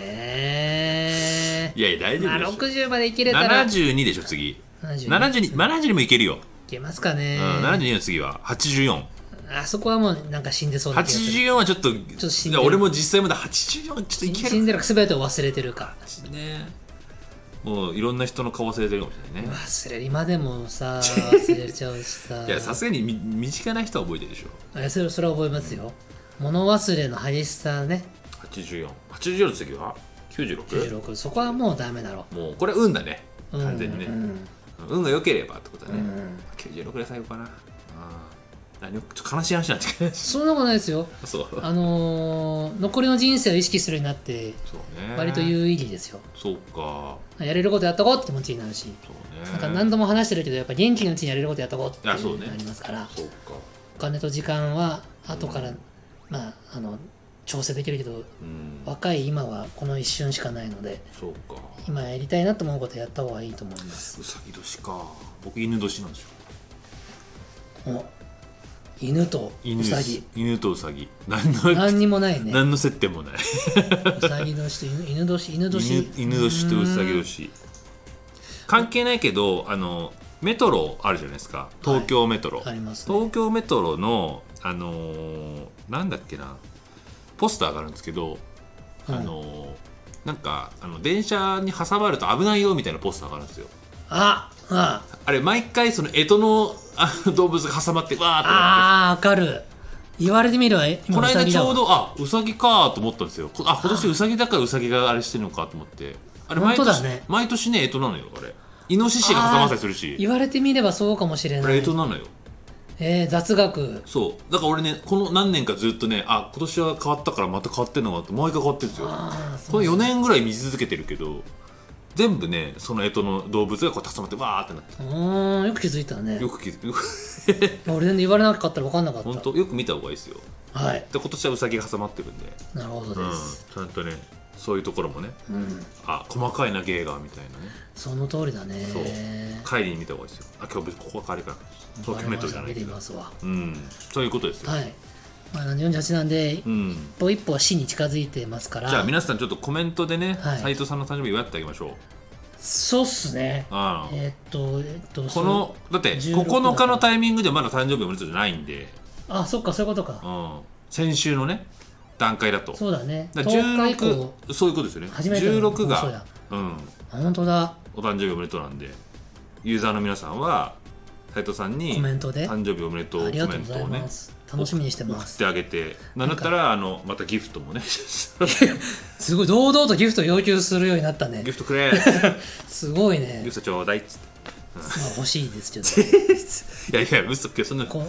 Speaker 1: ね
Speaker 2: いやいや大丈
Speaker 1: ま
Speaker 2: 夫
Speaker 1: あ
Speaker 2: でしょ
Speaker 1: 60まで生きれたら
Speaker 2: 72でしょ次
Speaker 1: 72
Speaker 2: 72 70にもいける
Speaker 1: い
Speaker 2: よ、
Speaker 1: けますかね、
Speaker 2: うん、72の次は8484
Speaker 1: あそこはもうなんか死んでそうな気がする
Speaker 2: はちょっと
Speaker 1: と死ん
Speaker 2: い
Speaker 1: でる
Speaker 2: や俺も実際まだ84ちょっといけ
Speaker 1: 死
Speaker 2: る
Speaker 1: んでるか全てを忘れてるか
Speaker 2: ねもういろんな人の顔忘れてるかもしれないね
Speaker 1: 忘れる今でもさ忘れちゃうしさ
Speaker 2: *laughs* いやさすがにみ身近な人は覚えてるでしょ
Speaker 1: あそれそれは覚えますよ物忘れの激しさね
Speaker 2: 8484の次は 96?
Speaker 1: 96そこはもうダメだろ
Speaker 2: もうこれは運だね
Speaker 1: う、うん、
Speaker 2: 完全にね、
Speaker 1: うん
Speaker 2: 運が良ければってことだ
Speaker 1: う
Speaker 2: ね、
Speaker 1: ん
Speaker 2: 96で最後かなあー何をちょっと悲しい話になってきた
Speaker 1: そんなことないですよ
Speaker 2: そうそ
Speaker 1: *laughs*
Speaker 2: う
Speaker 1: あのー残りの人生を意識するようになって
Speaker 2: ね
Speaker 1: 割と有意義ですよ
Speaker 2: そうか
Speaker 1: やれることやっとこうって気持ちになるし
Speaker 2: そうね
Speaker 1: なんか何度も話してるけどやっぱ元気のうちにやれることやっとこうって
Speaker 2: あ
Speaker 1: い
Speaker 2: そうう
Speaker 1: の
Speaker 2: ね
Speaker 1: がありますから、
Speaker 2: そうか
Speaker 1: お金と時間は後から、
Speaker 2: うん
Speaker 1: まああの調整できるけど
Speaker 2: うん
Speaker 1: 若い今はこの一瞬しかないので
Speaker 2: そうか
Speaker 1: 今やりたいなと思うことやった方がいいと思います
Speaker 2: うさぎ年か僕犬年なんですよ
Speaker 1: お犬と
Speaker 2: 犬
Speaker 1: ウサ
Speaker 2: *laughs*
Speaker 1: ギ
Speaker 2: 犬とウサギ何の
Speaker 1: 何にもないね
Speaker 2: 何の接点もない
Speaker 1: ウサギ年と犬犬年犬
Speaker 2: 犬
Speaker 1: 年
Speaker 2: 犬年とウサギ年関係ないけどあのメトロあるじゃないですか東京メトロ、
Speaker 1: うーんありますね
Speaker 2: 東京メトロのあのーなんだっけなポスターがあるんですけど、
Speaker 1: うん
Speaker 2: あのーなんかあの電車に挟まると危ないよみたいなポスターがあるんですよ
Speaker 1: ああ
Speaker 2: あれ毎回その干支のあの動物が挟まってわーってなって
Speaker 1: あーわかる言われてみれば今
Speaker 2: この間
Speaker 1: ウサギ
Speaker 2: ち
Speaker 1: だわ
Speaker 2: ょうどあウサギかーと思ったんですよこあ今年ウサギだからウサギがあれしてるのかと思ってあれ毎
Speaker 1: 本当
Speaker 2: 年
Speaker 1: だね
Speaker 2: 毎年ね干支なのよあれイノシシが挟まったりするし
Speaker 1: 言われてみればそうかもしれ
Speaker 2: あ
Speaker 1: な
Speaker 2: れ
Speaker 1: い
Speaker 2: 干支なのよ
Speaker 1: えー、雑学
Speaker 2: そうだから俺ねこの何年かずっとねあ今年は変わったからまた変わってんのかと毎回変わってるんですよ
Speaker 1: ああそ
Speaker 2: この
Speaker 1: う
Speaker 2: 4年ぐらい見続けてるけど全部ねその干支の動物がこう挟まってわーってなって
Speaker 1: うーんよく気づいたね
Speaker 2: よく気づ *laughs* よく
Speaker 1: 俺全然言われなかったら分かんなかっ
Speaker 2: 本
Speaker 1: た
Speaker 2: 当よく見た方がいいですよ
Speaker 1: はい
Speaker 2: で今年はウサギが挟まってるんで、
Speaker 1: なるほど
Speaker 2: うん、
Speaker 1: で
Speaker 2: ち
Speaker 1: す、
Speaker 2: ゃんとねそういうところもね
Speaker 1: うん、
Speaker 2: あ細かいな芸がみたいなね
Speaker 1: その通りだね
Speaker 2: そう帰りに見た方がいいですよあ今日ここは帰りかな東京メトロじゃない
Speaker 1: 見
Speaker 2: け
Speaker 1: てみ
Speaker 2: ど
Speaker 1: ますわ
Speaker 2: うんそういうことですよ、
Speaker 1: はい、まあ、なんで48なんで一
Speaker 2: うん
Speaker 1: 歩一歩死に近づいてますから
Speaker 2: じゃあ皆さんちょっとコメントでね
Speaker 1: はい
Speaker 2: 斉藤さんの誕生日祝ってあげましょう
Speaker 1: そうっすね
Speaker 2: あの
Speaker 1: えーっとえーっと
Speaker 2: このだって
Speaker 1: 16だから
Speaker 2: 9日のタイミングでまだ誕生日おめでとうじゃないんで
Speaker 1: そうあそっかそういうことか
Speaker 2: うん、先週のね段階だと
Speaker 1: そうだね
Speaker 2: だ
Speaker 1: 10
Speaker 2: から
Speaker 1: 日以降
Speaker 2: 16そういうことですよね
Speaker 1: 初めての
Speaker 2: 16
Speaker 1: 放送
Speaker 2: が
Speaker 1: だ、
Speaker 2: うん、
Speaker 1: あ本当だ
Speaker 2: お誕生日おめでとうなんでユーザーの皆さんは斉藤さんに
Speaker 1: コメントであ
Speaker 2: 誕生日おめでとうコ
Speaker 1: り
Speaker 2: メ
Speaker 1: がとう
Speaker 2: ン
Speaker 1: ご
Speaker 2: ト
Speaker 1: ざい
Speaker 2: をね
Speaker 1: ます、楽しみにしてま
Speaker 2: 送っ
Speaker 1: す
Speaker 2: てあげてなんだったらあのまたギフトもね
Speaker 1: *laughs*
Speaker 2: *laughs*
Speaker 1: すごい堂々とギフト要求するようになったね
Speaker 2: ギフトく
Speaker 1: *laughs*
Speaker 2: れ
Speaker 1: すごいね
Speaker 2: ギフトちょうだいっつっ
Speaker 1: まあ欲しいです
Speaker 2: *laughs*
Speaker 1: けど
Speaker 2: ていやいや嘘っけそんな
Speaker 1: こ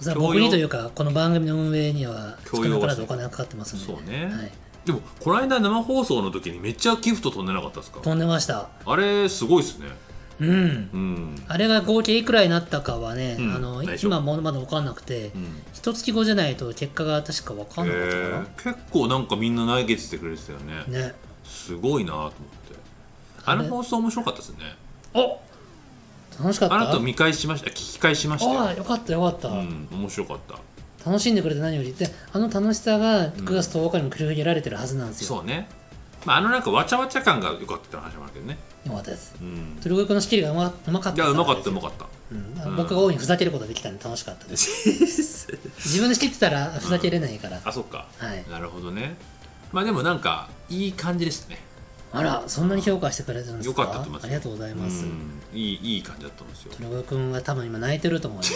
Speaker 1: さあ僕にというかこの番組の運営には少
Speaker 2: 強要
Speaker 1: な
Speaker 2: は
Speaker 1: からずお金がかかってますんで
Speaker 2: そうね
Speaker 1: はい、
Speaker 2: でもこの間生放送の時にめっちゃギフト飛んでなかったですか
Speaker 1: 飛んでました
Speaker 2: あれすごいですね
Speaker 1: うん
Speaker 2: うん
Speaker 1: あれが合計いくらになったかはね、
Speaker 2: うん
Speaker 1: あの
Speaker 2: 内緒
Speaker 1: 今もまだ分かんなくて、
Speaker 2: うん
Speaker 1: 一月後じゃないと結果が確か分かんなかったか
Speaker 2: えー結構なんかみんな投げててくれてたよね
Speaker 1: な、ね
Speaker 2: すごいなと思ってあの放送面白かったですね
Speaker 1: お楽しかった
Speaker 2: あなた見返しました聞き返しました
Speaker 1: あ
Speaker 2: よ
Speaker 1: あよかったよかった、
Speaker 2: うん面白かった
Speaker 1: 楽しんでくれて何よりであの楽しさが9月10日にも繰り広げられてるはずなんですよ、
Speaker 2: そうねまああのなんかわちゃわちゃ感が良かったって話もあるけどね
Speaker 1: よかったです
Speaker 2: うん
Speaker 1: トルコ君の仕切りがうまうまかっ
Speaker 2: い
Speaker 1: た
Speaker 2: や
Speaker 1: です
Speaker 2: うまかったうまかった
Speaker 1: うん
Speaker 2: うん
Speaker 1: 僕が大いにふざけることができたんで楽しかったです
Speaker 2: *laughs*
Speaker 1: 自分で仕切ってたらふざけれないから、
Speaker 2: あそっか
Speaker 1: はい
Speaker 2: なるほどねまあでもなんかいい感じでしたね
Speaker 1: あらそんなに評価してくれてるんですか
Speaker 2: よかったと思います
Speaker 1: あ
Speaker 2: よ
Speaker 1: りがとうございます、
Speaker 2: うんいいいい感じだったんですよ
Speaker 1: トルコ君は多分今泣いてると思います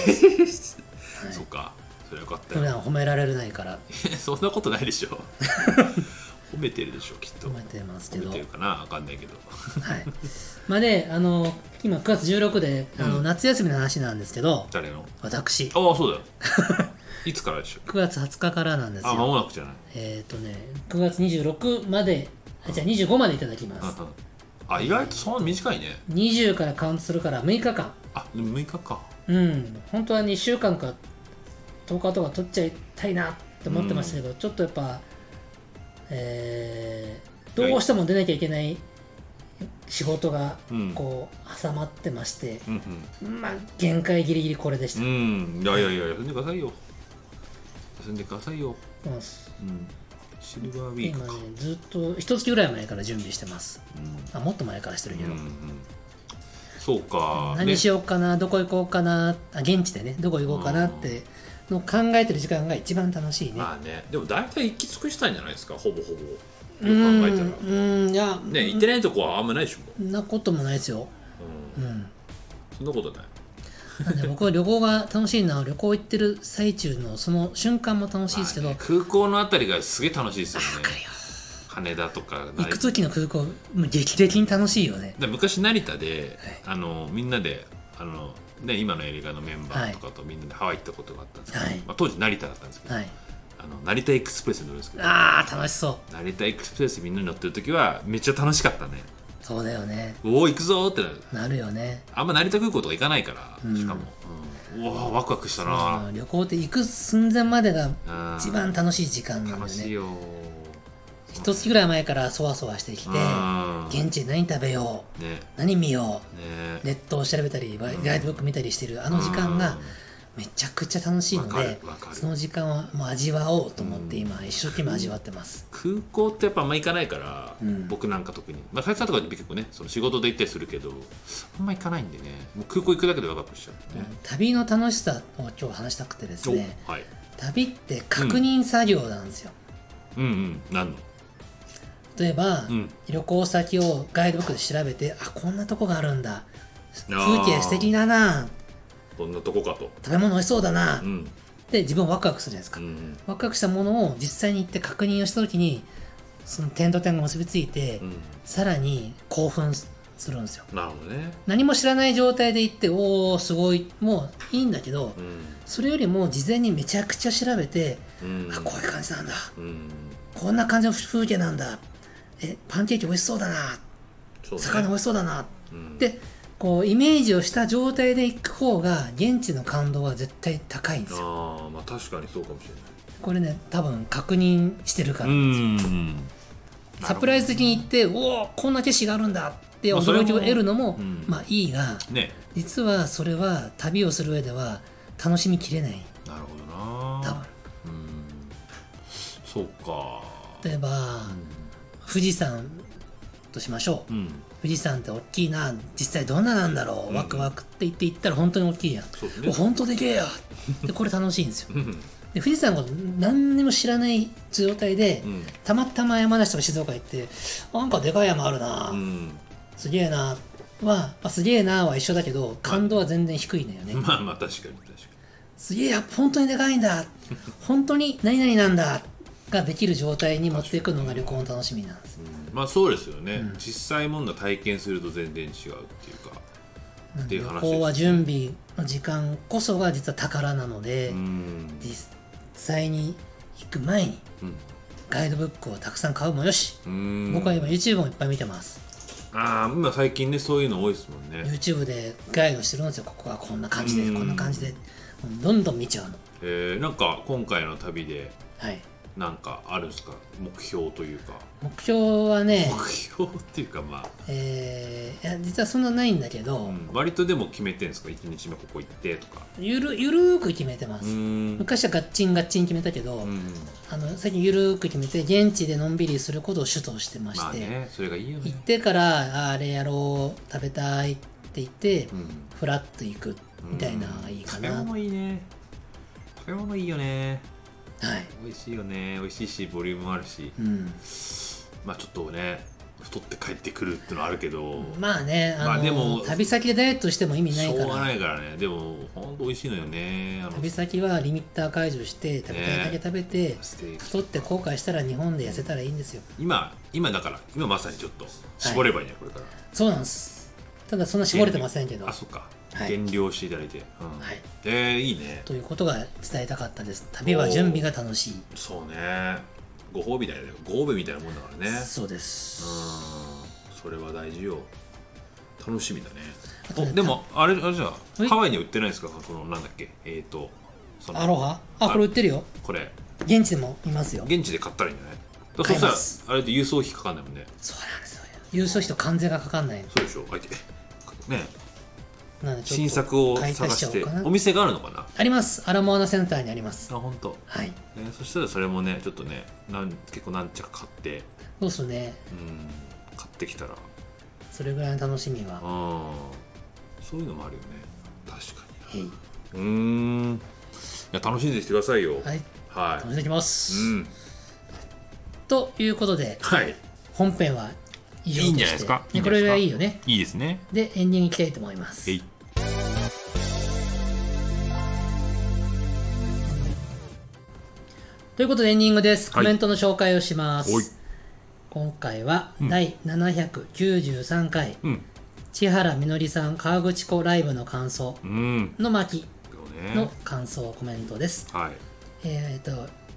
Speaker 2: *laughs*
Speaker 1: はい
Speaker 2: そっかそれよかった
Speaker 1: 普
Speaker 2: よ
Speaker 1: 段褒められるないから
Speaker 2: *laughs* そんなことない
Speaker 1: *laughs*
Speaker 2: でしょ褒めてるでしょきっと
Speaker 1: 褒めてますけ
Speaker 2: 褒
Speaker 1: ど
Speaker 2: めてるかなわかんないけど
Speaker 1: はい、まあねあの今9月16であの、
Speaker 2: うん
Speaker 1: 夏休みの話なんですけど
Speaker 2: 誰の
Speaker 1: 私9
Speaker 2: ああそうだよ
Speaker 1: *laughs*
Speaker 2: いつからでしょ
Speaker 1: 月20日からなんです
Speaker 2: あ間
Speaker 1: よ
Speaker 2: もなくじゃない
Speaker 1: えっ、とね9月26まであじゃあ25までいただきます
Speaker 2: うんうんあ意外とそんな短いね
Speaker 1: 20からカウントするから6日間
Speaker 2: あでも6日か
Speaker 1: うん本当は2週間か10日とか取っちゃいたいなって思ってましたけど、ちょっとやっぱえーどうしても出なきゃいけない仕事が
Speaker 2: うん
Speaker 1: こう挟まってまして、
Speaker 2: うん
Speaker 1: まあ限界ギリギリこれでし
Speaker 2: う
Speaker 1: た、
Speaker 2: ん、うん、いやいやいや休んでくださいよ休んでくださいよ、
Speaker 1: もう
Speaker 2: うん、シルバーウィー
Speaker 1: 今
Speaker 2: ク
Speaker 1: ね
Speaker 2: か、
Speaker 1: ずっと一月ぐらい前から準備してます
Speaker 2: う
Speaker 1: あもっと前からしてるけ
Speaker 2: んう
Speaker 1: ど、
Speaker 2: んうん、そうか
Speaker 1: 何しようかな、どこ行こうかなあ現地でねどこ行こうかなっての考えてる時間が一番楽しい
Speaker 2: ね
Speaker 1: ね、
Speaker 2: まあねでも大体行き尽くしたんじゃないですかほぼほぼよ
Speaker 1: う
Speaker 2: く
Speaker 1: ん
Speaker 2: 考えたら
Speaker 1: うんいや
Speaker 2: ね行ってないとこはあんまないでしょも
Speaker 1: そんなこともないです
Speaker 2: *laughs*
Speaker 1: よ、
Speaker 2: う、
Speaker 1: う
Speaker 2: うん、
Speaker 1: ん、
Speaker 2: そんなことない
Speaker 1: なんで僕は旅行が楽しいのは旅行行ってる最中のその瞬間も楽しいですけど、
Speaker 2: まあね空港のあたりがすげえ楽しいですよね
Speaker 1: わかるよ
Speaker 2: 羽田とか
Speaker 1: 行く時の空港もう劇的に楽しいよね
Speaker 2: で昔成田で、あのみんなであの、ね、今のエリガのメンバーとかとみんなでハワイ行ったことがあったんですけど、
Speaker 1: はい
Speaker 2: まあ、当時成田だったんですけど、
Speaker 1: はい
Speaker 2: あの成田エクスプレスに乗るんですけど
Speaker 1: あー楽しそう
Speaker 2: 成田エクスプレスみんなに乗ってる時はめっちゃ楽しかったね
Speaker 1: そうだよね
Speaker 2: おお行くぞーってなる
Speaker 1: なるよね
Speaker 2: あんま成田空港とか行かないから、
Speaker 1: うん
Speaker 2: しかも、うん、うわーワクワクしたな
Speaker 1: 旅行って行く寸前までが
Speaker 2: うん
Speaker 1: 一番楽しい時間なん
Speaker 2: 楽
Speaker 1: だよ
Speaker 2: しい
Speaker 1: ね
Speaker 2: よ
Speaker 1: 一月ぐらい前からそわそわしてきて
Speaker 2: うん
Speaker 1: 現地で何食べよう
Speaker 2: ね
Speaker 1: 何見よ
Speaker 2: ね
Speaker 1: うネットを調べたりガイドブック見たりしてるあの時間が
Speaker 2: うん
Speaker 1: めちゃくちゃ楽しいの
Speaker 2: わかる
Speaker 1: で
Speaker 2: わかる
Speaker 1: その時間はもう味わおうと思って今一生懸命味わってます、
Speaker 2: 空港ってやっぱあんま行かないから、
Speaker 1: うん
Speaker 2: 僕なんか特に、まあ、佐々木さんとか結構ねその仕事で行ったりするけどあんま行かないんでねもう空港行くだけでワクワクしちゃうね、
Speaker 1: 旅の楽しさを今日話したくてですね
Speaker 2: おはい
Speaker 1: 旅って確認作業なんですよ、
Speaker 2: うんうんなんの
Speaker 1: 例えば、
Speaker 2: うん
Speaker 1: 旅行先をガイドブックで調べてあこんなとこがあるんだ
Speaker 2: あ
Speaker 1: 風
Speaker 2: ー
Speaker 1: 景素敵だな
Speaker 2: どんなとこかと
Speaker 1: 食べ物美味しそうだな、
Speaker 2: う
Speaker 1: っ
Speaker 2: ん
Speaker 1: て自分ワクワクするじゃないですか、
Speaker 2: うん
Speaker 1: ワクワクしたものを実際に行って確認をした時にその点と点が結びついて、
Speaker 2: うん
Speaker 1: さらに興奮するんですよ
Speaker 2: なるほどね
Speaker 1: 何も知らない状態で行っておおすごいもういいんだけど、
Speaker 2: うん
Speaker 1: それよりも事前にめちゃくちゃ調べて、
Speaker 2: うん
Speaker 1: あこういう感じなんだ
Speaker 2: うん
Speaker 1: こんな感じの風景なんだえパンケーキ美味しそうだな
Speaker 2: そうね
Speaker 1: 魚美味しそうだなっ
Speaker 2: うん
Speaker 1: てこうイメージをした状態で行く方が現地の感動は絶対高いんですよ
Speaker 2: ああまあ確かにそうかもしれない
Speaker 1: これね多分確認してるから、
Speaker 2: うん
Speaker 1: サプライズ的に行っておおこんな景色があるんだって驚きを得るのも
Speaker 2: まあそれもうん
Speaker 1: まあいいが
Speaker 2: ね
Speaker 1: 実はそれは旅をする上では楽しみきれない
Speaker 2: なるほどな
Speaker 1: 多分
Speaker 2: うんそうか
Speaker 1: 例えば富士山としましょう
Speaker 2: うん
Speaker 1: 富士山って大きいな実際どんななんだろ
Speaker 2: う
Speaker 1: うんワクワクって言って行ったら本当に大きいやん
Speaker 2: そうです
Speaker 1: お
Speaker 2: ね
Speaker 1: 本当でけえやでこれ楽しいんですよ
Speaker 2: うん
Speaker 1: で富士山が何にも知らない状態で
Speaker 2: うん
Speaker 1: たまたま山梨とか静岡行ってなんかでかい山あるな、
Speaker 2: うん
Speaker 1: すげえなは、あ、すげえなは一緒だけど感動は全然低いんだよね、
Speaker 2: まあまあ確かに確か
Speaker 1: すげえや本当にでかいんだ本当に何々なんだができる状態に持っていくのが旅行の楽しみなんです
Speaker 2: に、うんまあそうですよね、
Speaker 1: うん
Speaker 2: 実際問題体験すると全然違うっていうか
Speaker 1: なん
Speaker 2: てい
Speaker 1: で
Speaker 2: う
Speaker 1: 旅
Speaker 2: 話です
Speaker 1: 行は準備の時間こそが実は宝なので、
Speaker 2: うん
Speaker 1: 実際に行く前に
Speaker 2: うん
Speaker 1: ガイドブックをたくさん買うもよし、
Speaker 2: うん
Speaker 1: 僕は今 YouTube もいっぱい見てます
Speaker 2: ああ今最近ねそういうの多いですもんねへ
Speaker 1: YouTube でガイドしてるんですよここはこんな感じで
Speaker 2: うん
Speaker 1: こんな感じでどんどん見ちゃうの
Speaker 2: えー、なんか今回の旅で
Speaker 1: はい
Speaker 2: なんかあるんですか目標というか
Speaker 1: 目標はね、
Speaker 2: 目標っていうかまあ
Speaker 1: えーいや実はそんなないんだけど、
Speaker 2: うん割とでも決めてんですか1日目ここ行ってとか
Speaker 1: ゆるゆるーく決めてます、
Speaker 2: ん
Speaker 1: 昔はガッチンガッチン決めたけど、
Speaker 2: うん
Speaker 1: あの最近ゆるーく決めて現地でのんびりすることを主導してまして、
Speaker 2: まあねそれがいいよね
Speaker 1: 行ってからああれやろう食べたいって言って、フラッと行くみたいなのがいいかな、
Speaker 2: うん食べ
Speaker 1: はい
Speaker 2: 物いいね食べ物いいよね美味しいよね美味しいしボリュームもあるし
Speaker 1: うん、
Speaker 2: まあちょっとね太って帰ってくるってのはあるけど
Speaker 1: まあねあの、
Speaker 2: まあでも
Speaker 1: 旅先でダイエットしても意味
Speaker 2: し
Speaker 1: な
Speaker 2: ょ
Speaker 1: いうから
Speaker 2: がないからねでもほんと美味しいのよねあの
Speaker 1: 旅先はリミッター解除して食べたいだけ食べて、
Speaker 2: ステーキ
Speaker 1: 太って後悔したら日本で痩せたらいいんですよ
Speaker 2: 今今だから今まさにちょっと絞ればいいねこれから
Speaker 1: そうなんですただそんな絞れてませんけど
Speaker 2: あそっか
Speaker 1: はい
Speaker 2: 減量していただいてうん
Speaker 1: はい
Speaker 2: えーいいね
Speaker 1: ということが伝えたかったです旅は準備が楽しい、
Speaker 2: そうねご褒美だよねご褒美みたいなもんだからね
Speaker 1: そうで
Speaker 2: う
Speaker 1: す、
Speaker 2: んそれは大事よ楽しみだね
Speaker 1: あと
Speaker 2: お
Speaker 1: ね
Speaker 2: でもあれあれじゃ
Speaker 1: はい
Speaker 2: あハワイには売ってないですかこのなんだっけえっ、ー、とその
Speaker 1: アロハあこれ売ってるよ
Speaker 2: これ
Speaker 1: 現地でもいますよ
Speaker 2: 現地で買ったらいいんじゃないだ
Speaker 1: 買います
Speaker 2: そしたらあれで郵送費かかんないもんね
Speaker 1: そうなんですよ郵送費と関税がかかんない
Speaker 2: そうでしょあいてね
Speaker 1: なのでちょっと
Speaker 2: 新作を
Speaker 1: 買
Speaker 2: 探
Speaker 1: い足し
Speaker 2: し
Speaker 1: ち
Speaker 2: て
Speaker 1: ゃおうかな
Speaker 2: お店があるのかな
Speaker 1: ありますアラモアナセンターにあります
Speaker 2: あ本当。
Speaker 1: はい
Speaker 2: えーそしたらそれもねちょっとねなん結構何着か買って
Speaker 1: そうっすね
Speaker 2: うん買ってきたら
Speaker 1: それぐらいの楽しみは
Speaker 2: あーそういうのもあるよね確か
Speaker 1: へい
Speaker 2: にうーんいや楽しんできてくださいよ
Speaker 1: はい
Speaker 2: は
Speaker 1: 楽し
Speaker 2: い
Speaker 1: んできます、
Speaker 2: うん
Speaker 1: ということで
Speaker 2: はい
Speaker 1: 本編は以上として
Speaker 2: いいんじゃないですかいいんじ
Speaker 1: こ
Speaker 2: ゃないですか
Speaker 1: れはいいよね
Speaker 2: いいですね
Speaker 1: でエンディングいきたいと思います
Speaker 2: えい
Speaker 1: ということでエンディングです。コ
Speaker 2: はい
Speaker 1: メントの紹介をします。
Speaker 2: はい
Speaker 1: 今回は
Speaker 2: うん
Speaker 1: 第793回、
Speaker 2: うん
Speaker 1: 千原みのりさん河口湖ライブの感想
Speaker 2: うん
Speaker 1: の巻
Speaker 2: そうね
Speaker 1: の感想コメントです。
Speaker 2: はい
Speaker 1: えっ、と、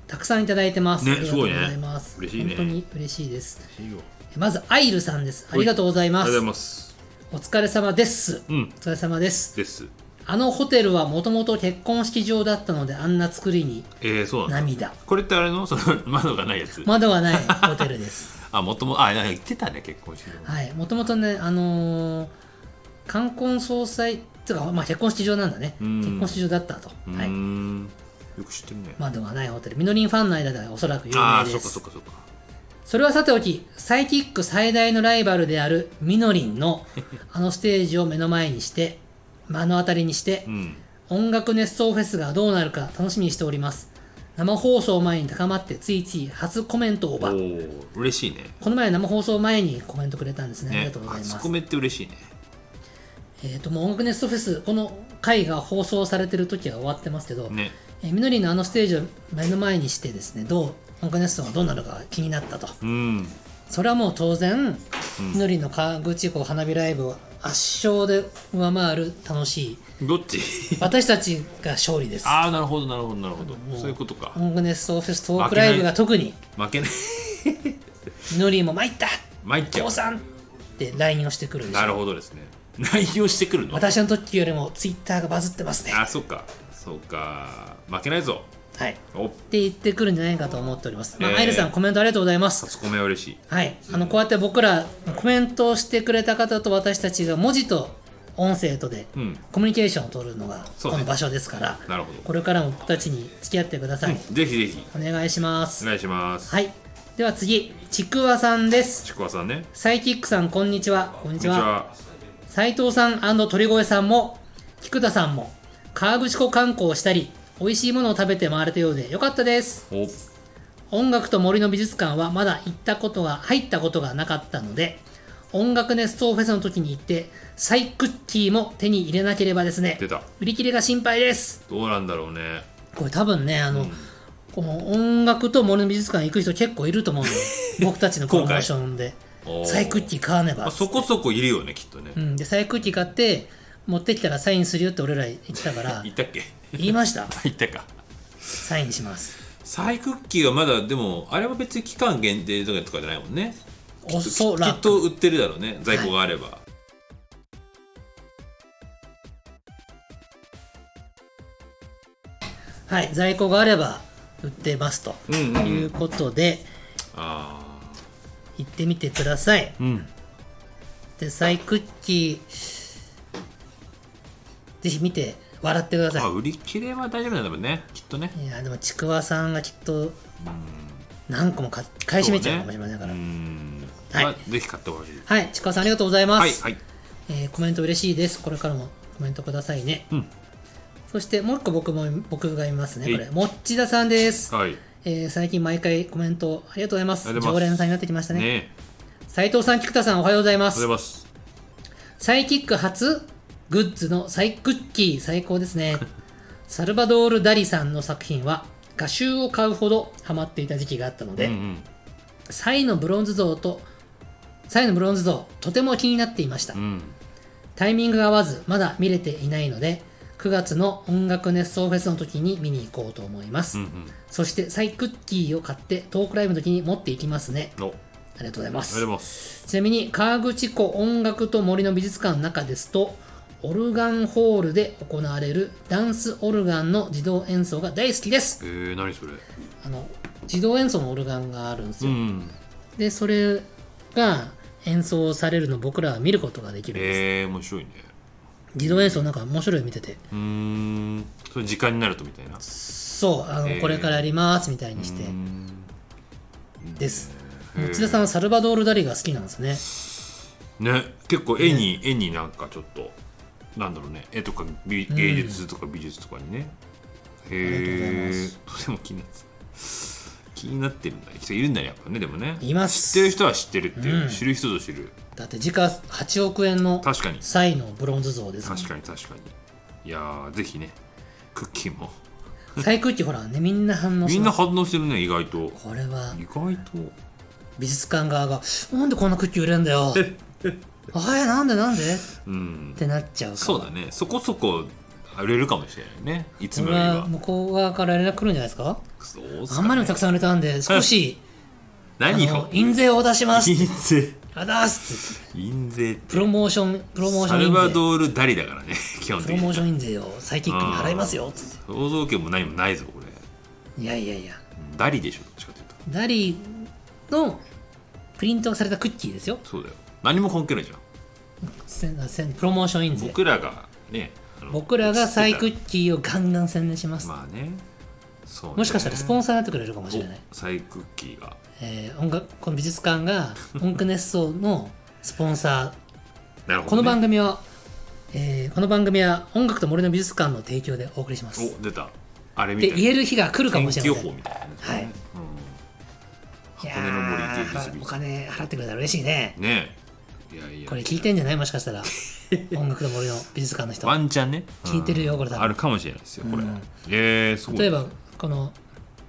Speaker 1: たくさんいただいてます。
Speaker 2: ね
Speaker 1: ありがとうござ
Speaker 2: すご
Speaker 1: い
Speaker 2: いね
Speaker 1: ます。
Speaker 2: 嬉しいね
Speaker 1: 本当に嬉しいです。
Speaker 2: いいよ
Speaker 1: まず、アイルさんです。ありがとうござい
Speaker 2: あ
Speaker 1: ま
Speaker 2: りがとうご
Speaker 1: す
Speaker 2: ざい。
Speaker 1: お
Speaker 2: ます
Speaker 1: 疲れ様です。
Speaker 2: うん
Speaker 1: お疲れ様です。
Speaker 2: です
Speaker 1: あのホテルはもともと結婚式場だったので、あんな作りに
Speaker 2: えー、そうなんだ
Speaker 1: 涙。
Speaker 2: これってあれのその窓がないやつ、
Speaker 1: 窓がないホテルです。
Speaker 2: あもともあなんか言ってたね結婚式の
Speaker 1: はい、もともとね、あのー、冠婚葬祭つうか、まあ、結婚式場なんだね。
Speaker 2: うん
Speaker 1: 結婚式場だったと。
Speaker 2: う
Speaker 1: はい。
Speaker 2: ーんよく知ってるね、
Speaker 1: まあではないホテル。みのりんファンの間ではおそらく有
Speaker 2: あ
Speaker 1: 名
Speaker 2: あ
Speaker 1: で
Speaker 2: そっか
Speaker 1: す。
Speaker 2: そっかそっか
Speaker 1: それはさておき、サイキック最大のライバルであるみのりん
Speaker 2: *laughs*
Speaker 1: のあのステージを目の前にして、目の当たりにして
Speaker 2: う、ん
Speaker 1: 音楽熱奏フェスがどうなるか楽しみにしております。生放送前に高まって、ついつい初コメントを
Speaker 2: お
Speaker 1: ば。
Speaker 2: お嬉しいね
Speaker 1: この前生放送前にコメントくれたんですね。ありが
Speaker 2: ね
Speaker 1: とうございま
Speaker 2: 初
Speaker 1: す
Speaker 2: コ。メって嬉しいね
Speaker 1: えっ、と、もう音楽ネストフェス、この回が放送されてる時は終わってますけど、
Speaker 2: ね
Speaker 1: えーみのりんのあのステージを目の前にしてですね、どう、音楽ネストがどうなるか気になったと。
Speaker 2: うん
Speaker 1: それはもう当然、みのりんの河口湖花火ライブを圧勝で上回る楽し
Speaker 2: どっち *laughs*
Speaker 1: い、私たちが勝利です。
Speaker 2: ああなるほどなるほどなるほど
Speaker 1: もう
Speaker 2: そういうことか
Speaker 1: 音楽ネストフェストークライブが特に、
Speaker 2: 負けない
Speaker 1: みのりんも参った
Speaker 2: 参っちゃ
Speaker 1: 降
Speaker 2: う
Speaker 1: 参って LINE をしてくるんです
Speaker 2: なるほどですね内容してくるの
Speaker 1: 私の時よりもツイッターがバズってますね。
Speaker 2: あそっかそうか負けないぞ
Speaker 1: はい。っ
Speaker 2: お
Speaker 1: て言ってくるんじゃないかと思っております。まあ
Speaker 2: えー
Speaker 1: アイルさんコメントありがとうございます。
Speaker 2: 初コメは嬉しい
Speaker 1: はい、あのこうやって僕らコメントをしてくれた方と私たちが文字と音声とで
Speaker 2: うん
Speaker 1: コミュニケーションを取るのが
Speaker 2: そう
Speaker 1: こ
Speaker 2: ね
Speaker 1: の場所ですから、
Speaker 2: なるほど
Speaker 1: これからも僕たちに付き合ってください、
Speaker 2: ぜひぜひ
Speaker 1: お願いしま
Speaker 2: お
Speaker 1: す、
Speaker 2: 願いします
Speaker 1: はいでは次ちくわさんです
Speaker 2: ちくわさんね
Speaker 1: サイキックさんこんにちはこんに
Speaker 2: こん
Speaker 1: ち
Speaker 2: に
Speaker 1: は
Speaker 2: ちは
Speaker 1: 斉藤さん鳥越さんも菊田さんも河口湖観光をしたり美味しいものを食べて回れたようでよかったです
Speaker 2: お
Speaker 1: 音楽と森の美術館はまだ行ったことが入ったことがなかったので音楽ネストフェスの時に行ってサイクッキーも手に入れなければですね
Speaker 2: 出た
Speaker 1: 売り切れが心配です
Speaker 2: どうなんだろうね
Speaker 1: これ多分ねあの、この音楽と森の美術館行く人結構いると思う
Speaker 2: *laughs*
Speaker 1: のよ僕たちのプロモーションで
Speaker 2: お
Speaker 1: サイクッキー買わねば
Speaker 2: まあそこそこいるよねきっとね
Speaker 1: うん、でサイクッキー買って持ってきたらサインするよって俺ら言ってたから
Speaker 2: *laughs* いったっけ
Speaker 1: 言いました
Speaker 2: いったか
Speaker 1: サインします
Speaker 2: サイクッキーはまだでもあれは別に期間限定とかじゃないもんね
Speaker 1: おそ
Speaker 2: き
Speaker 1: ら
Speaker 2: っと
Speaker 1: く
Speaker 2: 売ってるだろうね在庫があれば、
Speaker 1: はい在庫があれば売ってますと
Speaker 2: うんう
Speaker 1: い
Speaker 2: んう
Speaker 1: うんことで、
Speaker 2: ああ
Speaker 1: 行ってみてください
Speaker 2: うん
Speaker 1: でサイクッキーぜひ見て笑ってくださ
Speaker 2: あ売り切れは大丈夫なんだもんねきっとね
Speaker 1: いいやでもちくわさんがきっと
Speaker 2: うん
Speaker 1: 何個も買買い占めちゃうかもしれませんから、
Speaker 2: そうねうん
Speaker 1: はい
Speaker 2: まあぜひ買ってほしい
Speaker 1: はいちくわさんありがとうございます、
Speaker 2: はいはい
Speaker 1: えーコメント嬉しいですこれからもコメントくださいね、
Speaker 2: うん
Speaker 1: そしてもう一個僕も僕がいますねこ
Speaker 2: え
Speaker 1: れ
Speaker 2: い
Speaker 1: もっちださんです、
Speaker 2: はい
Speaker 1: えー最近毎回コメントありがとうございます
Speaker 2: ありがとうご
Speaker 1: 常
Speaker 2: ざいま
Speaker 1: 連
Speaker 2: す
Speaker 1: さんになってきましたね
Speaker 2: ねえ
Speaker 1: 斉藤さん菊田さんおはようございま
Speaker 2: あ
Speaker 1: す
Speaker 2: りがとうございます
Speaker 1: サイキック初グッズのサイクッキー最高です
Speaker 2: *laughs*
Speaker 1: ねサルバドール・ダリさんの作品は画集を買うほどハマっていた時期があったので、
Speaker 2: うんうん
Speaker 1: サイのブロンズ像とサイのブロンズ像とても気になっていました、
Speaker 2: うん
Speaker 1: タイミングが合わずまだ見れていないので9月の音楽熱奏フェスの時に見に行こうと思います、
Speaker 2: うんうん
Speaker 1: そしてサイクッキーを買ってトークライブの時に持っていきますね
Speaker 2: おありがとう
Speaker 1: ありがとうございま
Speaker 2: ござ
Speaker 1: す
Speaker 2: います
Speaker 1: ちなみに河口湖音楽と森の美術館の中ですとオルガンホールで行われるダンスオルガンの自動演奏が大好きです
Speaker 2: えー、何それ
Speaker 1: あの自動演奏のオルガンがあるんです
Speaker 2: う
Speaker 1: よ、
Speaker 2: ん
Speaker 1: でそれが演奏されるのを僕らは見ることができるんです、
Speaker 2: えー、面白いね
Speaker 1: 自動演奏なんか面白いの見てて
Speaker 2: うーんそれ時間になるとみたいな
Speaker 1: そうあの、
Speaker 2: えー
Speaker 1: これからやりますみたいにして
Speaker 2: うーん
Speaker 1: です
Speaker 2: へー
Speaker 1: 内田さんはサルバドール・ダリが好きなんですね
Speaker 2: ね結構絵に、絵になんかちょっとなんだろうね絵とか美
Speaker 1: ん
Speaker 2: 芸術とか美術とかにね、
Speaker 1: あ
Speaker 2: へ
Speaker 1: りがとうござい
Speaker 2: えとても気になって気になってるんだ人いるんだねやっぱねでもね
Speaker 1: います
Speaker 2: 知ってる人は知ってるっていう、
Speaker 1: うん
Speaker 2: 知る人ぞ知る
Speaker 1: だって時価8億円の
Speaker 2: 確かに
Speaker 1: サイのブロンズ像ですもん
Speaker 2: 確かに確かにいやーぜひねクッキーも
Speaker 1: サイクッキーほらねみんな反応
Speaker 2: み
Speaker 1: し
Speaker 2: んな
Speaker 1: ます
Speaker 2: 反応してるね意外と
Speaker 1: これは
Speaker 2: 意外と
Speaker 1: 美術館側が「なんでこんなクッキー売れんだよ」
Speaker 2: *laughs*
Speaker 1: 「あえなんでなんで?」
Speaker 2: うん
Speaker 1: ってなっちゃうから
Speaker 2: そうだねそこそこ売れるかもしれないねいつ
Speaker 1: こ
Speaker 2: も
Speaker 1: れ
Speaker 2: より
Speaker 1: は
Speaker 2: は
Speaker 1: 向こう側から連絡来るんじゃないですか
Speaker 2: そうっす
Speaker 1: あ
Speaker 2: か
Speaker 1: ん
Speaker 2: ね
Speaker 1: まりにもたくさん売れたんで少しあ
Speaker 2: 何
Speaker 1: の
Speaker 2: を
Speaker 1: 印税を出します
Speaker 2: 印税
Speaker 1: あ出すって
Speaker 2: 印税って
Speaker 1: プロモーションプロモーシ
Speaker 2: サ
Speaker 1: ョン
Speaker 2: ルバ
Speaker 1: 印税
Speaker 2: ドール・ダリだからね *laughs* 基本
Speaker 1: プ
Speaker 2: 的
Speaker 1: ロモー
Speaker 2: に
Speaker 1: ション印税をサイキックに払いますよっつっ
Speaker 2: 想像権も何もないぞこれ
Speaker 1: ていやいやいや
Speaker 2: ダリでしょどっちかというと
Speaker 1: ダリのプリントされたクッキーですよ
Speaker 2: そうだよ何も関係ないじゃん
Speaker 1: せんせんプロモーション印税
Speaker 2: 僕らがねあの
Speaker 1: 僕らがサイク
Speaker 2: 映って
Speaker 1: ッキーをガンガン宣伝します、
Speaker 2: たらまあねそうね
Speaker 1: もしかしたらスポン
Speaker 2: サ
Speaker 1: サーになってくれるかもしれない、
Speaker 2: サイクッキーが
Speaker 1: えー音楽この美術館が音楽熱奏のスポンサー
Speaker 2: なるほ
Speaker 1: こ
Speaker 2: ど、ね、
Speaker 1: の番組は、えーこの番組は音楽と森の美術館の提供でお送りします
Speaker 2: お出たあれみ
Speaker 1: で
Speaker 2: たいな
Speaker 1: 言える日が来るかもしれませ
Speaker 2: 天気
Speaker 1: ん
Speaker 2: 予報みたいなね
Speaker 1: はい
Speaker 2: うん
Speaker 1: いや
Speaker 2: 箱根の森芸術
Speaker 1: ー
Speaker 2: 美
Speaker 1: お
Speaker 2: 術
Speaker 1: 金払ってくれたら嬉しいね
Speaker 2: ねいやいや
Speaker 1: これ聞いてんじゃないもしかしたら *laughs* 音楽と森の美術館の人
Speaker 2: *laughs* ワンチャンねうん
Speaker 1: 聞いてるよこれ多分
Speaker 2: あるかもしれないですよこれ
Speaker 1: うん
Speaker 2: えーすごい
Speaker 1: 例えばこの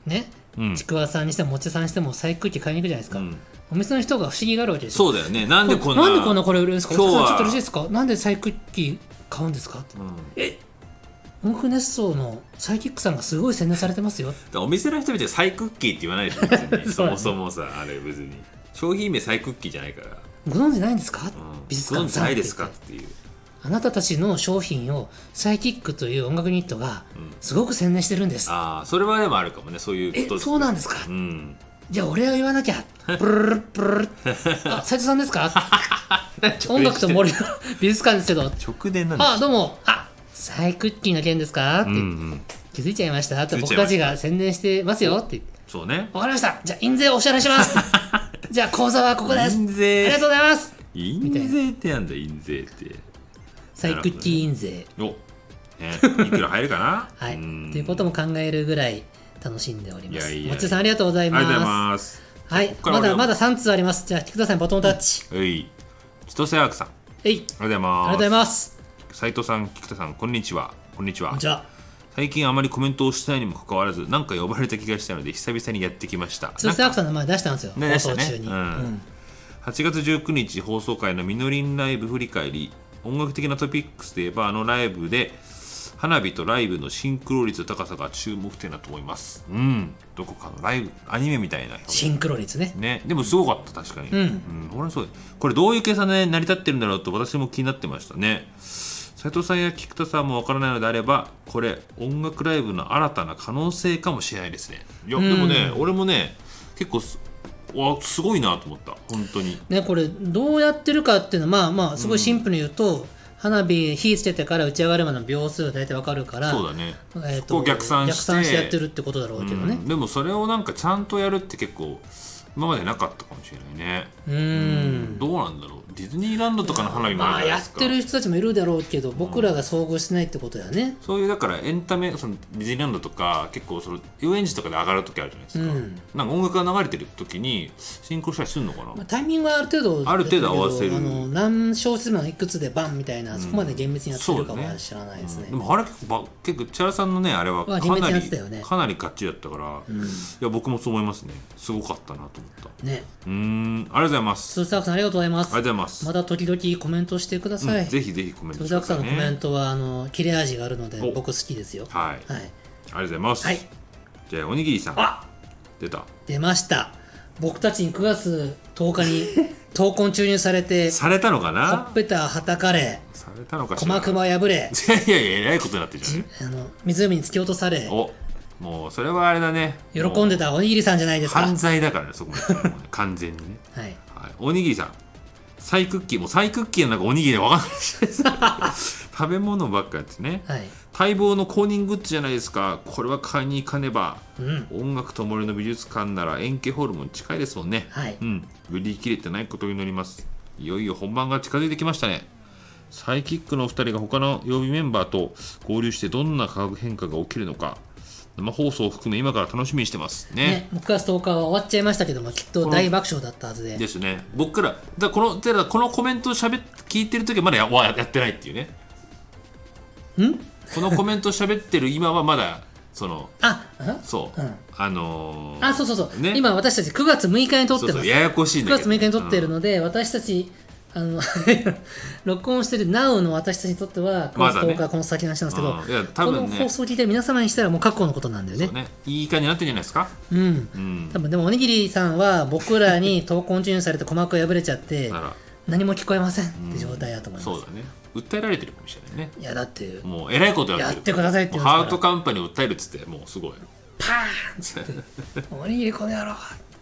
Speaker 1: ね
Speaker 2: うん
Speaker 1: ちくわさんにしてももちさんにしてもサイクッキー買いに行くじゃないですか、
Speaker 2: うん
Speaker 1: お店の人が不思議があるわけですよ
Speaker 2: そうだよねなんでこんな
Speaker 1: なんでこんなこれ売れるんですか
Speaker 2: 今日は
Speaker 1: お客さんちょっと嬉しいですかなんでサイクッキー買うんですかって
Speaker 2: うん
Speaker 1: 音楽熱奏のサイキックさんがすごい宣伝されてますよ
Speaker 2: だからお店の人みたいにサイクッキーって言わないでしょ別に
Speaker 1: *laughs* そ
Speaker 2: そ
Speaker 1: だ
Speaker 2: う
Speaker 1: ね
Speaker 2: もそもさあれ別に商品名サイクッキーじゃないから、
Speaker 1: ご存知ないんですか、
Speaker 2: うん、
Speaker 1: 美術館
Speaker 2: ご存知
Speaker 1: さん
Speaker 2: な
Speaker 1: って
Speaker 2: い
Speaker 1: 言
Speaker 2: で
Speaker 1: って
Speaker 2: すかっていう
Speaker 1: あなたたちの商品をサイキックという音楽ユニットが
Speaker 2: うん
Speaker 1: すごく宣伝してるんです、
Speaker 2: ああそれはでもあるかもねそういう
Speaker 1: え
Speaker 2: こと
Speaker 1: そうなんですか
Speaker 2: うん
Speaker 1: じゃあ俺が言わな
Speaker 2: *laughs*
Speaker 1: きゃプルルルプルルルあ斉藤さんですか音楽と森の美術館ですけど
Speaker 2: 直伝なんです
Speaker 1: あどうもあサイクッキーの件ですかって
Speaker 2: うんうん
Speaker 1: 気づいちゃいましたあと
Speaker 2: 気づい
Speaker 1: 僕
Speaker 2: ちゃい
Speaker 1: た
Speaker 2: ました
Speaker 1: ちが宣伝してますよって言って
Speaker 2: そうね
Speaker 1: わかりましたじゃあ印税お支払いします
Speaker 2: *laughs*
Speaker 1: じゃあ口座はここですあ
Speaker 2: 印
Speaker 1: りが
Speaker 2: 税
Speaker 1: とうございますみたいな
Speaker 2: 印税ってなんだ印税って
Speaker 1: サイクッキー印税
Speaker 2: おねいくら入るか
Speaker 1: *laughs*
Speaker 2: な
Speaker 1: はい
Speaker 2: うん
Speaker 1: ということも考えるぐらい楽しんでおります
Speaker 2: いやいやいや
Speaker 1: もっちさんありがとうござ
Speaker 2: あ
Speaker 1: い
Speaker 2: りが
Speaker 1: ます
Speaker 2: とうございます
Speaker 1: はい
Speaker 2: ここから
Speaker 1: ま
Speaker 2: 俺
Speaker 1: だ
Speaker 2: は
Speaker 1: まだ3通ありますじゃあ来てくださいボトムタッチ
Speaker 2: はい千歳アークさんあ
Speaker 1: えい
Speaker 2: りがとうござい
Speaker 1: ありが
Speaker 2: ま
Speaker 1: とうござい
Speaker 2: す
Speaker 1: ます
Speaker 2: 斉藤さん菊田さんこんにちはこんにちは
Speaker 1: じゃあ
Speaker 2: 最近あまりコメントをしてないにもかかわらず何か呼ばれた気がしたので久々にやってきました
Speaker 1: 通信アークさんの名前出したんですよ
Speaker 2: ね
Speaker 1: 放送
Speaker 2: 出したね
Speaker 1: 中に
Speaker 2: うん8月19日放送回のみのりんライブ振り返り音楽的なトピックスで言えばあのライブで花火とライブのシンクロ率の高さが注目点だと思いますうんどこかのライブアニメみたいな表現
Speaker 1: シンクロ率ね
Speaker 2: ねでもすごかった確かに
Speaker 1: ん
Speaker 2: うん、俺もそうこれどういう計算で成り立ってるんだろうと私も気になってましたね斉藤さんや菊田さんもわからないのであればこれ音楽ライブの新たな可能性かもしれないですねいやでもね、俺もね結構すわすごいなと思った本当に
Speaker 1: ねこれどうやってるかっていうのはまあまあすごいシンプルに言うと、花火火つけてから打ち上がるまでの秒数が大体わかるから
Speaker 2: そうだね、
Speaker 1: えー
Speaker 2: そこを逆算
Speaker 1: 逆
Speaker 2: して
Speaker 1: 算してやってるってことだろうけどね
Speaker 2: うんでもそれをなんかちゃんとやるって結構今までなかったかもしれないね
Speaker 1: うーん
Speaker 2: どうなんだろうディズニーランドとかの花火も
Speaker 1: ま
Speaker 2: あ
Speaker 1: あ
Speaker 2: るじゃ
Speaker 1: や
Speaker 2: ないで
Speaker 1: っ
Speaker 2: すか、
Speaker 1: てる人たちもいるだろうけど僕らが遭遇してないってことだよね
Speaker 2: そういうだからエンタメそのディズニーランドとか結構その遊園地とかで上がる時あるじゃないですか、
Speaker 1: うん
Speaker 2: なんか音楽が流れてる時に進行したりするのかな、
Speaker 1: まあ、タイミングはある程度
Speaker 2: ある程度合わせる
Speaker 1: あの何小節分いくつでバンみたいな、
Speaker 2: うん
Speaker 1: そこまで厳密にやってるか
Speaker 2: そうだ
Speaker 1: は
Speaker 2: ね
Speaker 1: 知らないですね
Speaker 2: うんでもあれ結構ば結構千原さんのねあれは
Speaker 1: まあ
Speaker 2: かな
Speaker 1: リメイクやっ
Speaker 2: り
Speaker 1: てたよね
Speaker 2: かなりガッチリだったから、
Speaker 1: う
Speaker 2: い
Speaker 1: ん
Speaker 2: や僕もそう思いますねすごかったなと思った
Speaker 1: ね
Speaker 2: うーんありがとうございます
Speaker 1: スーツアークさんありがとうございま
Speaker 2: あ
Speaker 1: す
Speaker 2: りがとうございます、
Speaker 1: また時々コメントしてください、
Speaker 2: うんぜひぜひコメン
Speaker 1: ス
Speaker 2: ト
Speaker 1: ー
Speaker 2: し
Speaker 1: ツ
Speaker 2: て
Speaker 1: ア
Speaker 2: く
Speaker 1: ークさん
Speaker 2: ださい
Speaker 1: の
Speaker 2: ね
Speaker 1: コメントはあの切れ味があるので
Speaker 2: お
Speaker 1: 僕好きですよ
Speaker 2: はいありが
Speaker 1: はい
Speaker 2: とうございます、
Speaker 1: はい
Speaker 2: じゃあおにぎりさん
Speaker 1: あ
Speaker 2: 出た
Speaker 1: 出ました僕たちに9月10日
Speaker 2: *laughs*
Speaker 1: に闘魂注入されて
Speaker 2: されたのか
Speaker 1: ほっ
Speaker 2: な
Speaker 1: ぺたはたかれ
Speaker 2: されたのかしら
Speaker 1: 駒熊破れ
Speaker 2: *laughs* いやいやえらいことになってるじゃんね
Speaker 1: あの湖に突き落とされ
Speaker 2: おもうそれはあれだね
Speaker 1: 喜んでたおにぎりさんじゃないですか、は
Speaker 2: 犯罪だからねそこ
Speaker 1: *laughs*
Speaker 2: まで行ったらもうね完全にね、
Speaker 1: い、
Speaker 2: はい、おにぎりさんサイクッキーもうサイクッキーの中おにぎりで分かんないですね
Speaker 1: *laughs*
Speaker 2: 食べ物ばっかですね
Speaker 1: はい
Speaker 2: 待望の公認グッズじゃないですかこれは買いに行かねば
Speaker 1: うん
Speaker 2: 音楽と森の美術館なら円形ホールも近いですもんね
Speaker 1: はい
Speaker 2: うん売り切れてないことを祈りますいよいよ本番が近づいてきましたねサイキックのお二人が他の曜日メンバーと合流してどんな化学変化が起きるのか生放送を含め今から楽しみにしてます
Speaker 1: ね、もう9月10日は終わっちゃいましたけどもきっと大爆笑だったはずで
Speaker 2: ですね僕らだこのだからこのコメントをしゃべ聞いてる時はまだやわやってないっていうね
Speaker 1: ん
Speaker 2: このコメントを喋ってる今はまだその
Speaker 1: あん
Speaker 2: そう、
Speaker 1: うん
Speaker 2: あのー
Speaker 1: あそうそうそう、
Speaker 2: ね
Speaker 1: 今私たち9月6日に撮っ
Speaker 2: そう
Speaker 1: てま
Speaker 2: そう
Speaker 1: す
Speaker 2: ややこしいん
Speaker 1: 9
Speaker 2: だけ
Speaker 1: 月
Speaker 2: ど
Speaker 1: 6日に撮ってるので、私たちあの *laughs* 録音してる NOW の私たちにとってはこの
Speaker 2: まだね
Speaker 1: 10日はこの先の話なんですけど、
Speaker 2: うんいや多分
Speaker 1: こ
Speaker 2: ね
Speaker 1: の放送を聞いてる皆様にしたらもう過去のことなんだよ
Speaker 2: そ
Speaker 1: ね
Speaker 2: うねいい感じになってるんじゃないですか
Speaker 1: うん
Speaker 2: うん
Speaker 1: 多分でもおにぎりさんは僕らに闘魂注入されて鼓膜が破れちゃって
Speaker 2: なら
Speaker 1: 何も聞こえませんって状態だと思います、
Speaker 2: そうだね訴えられてるかもしれないね
Speaker 1: いやだって
Speaker 2: もうえらいことやってる
Speaker 1: やってくださいって
Speaker 2: も
Speaker 1: 言
Speaker 2: う
Speaker 1: うんですから
Speaker 2: ハートカンパニーを訴えるっつってもうすごい
Speaker 1: パーンっつって「おにぎりこの野郎!」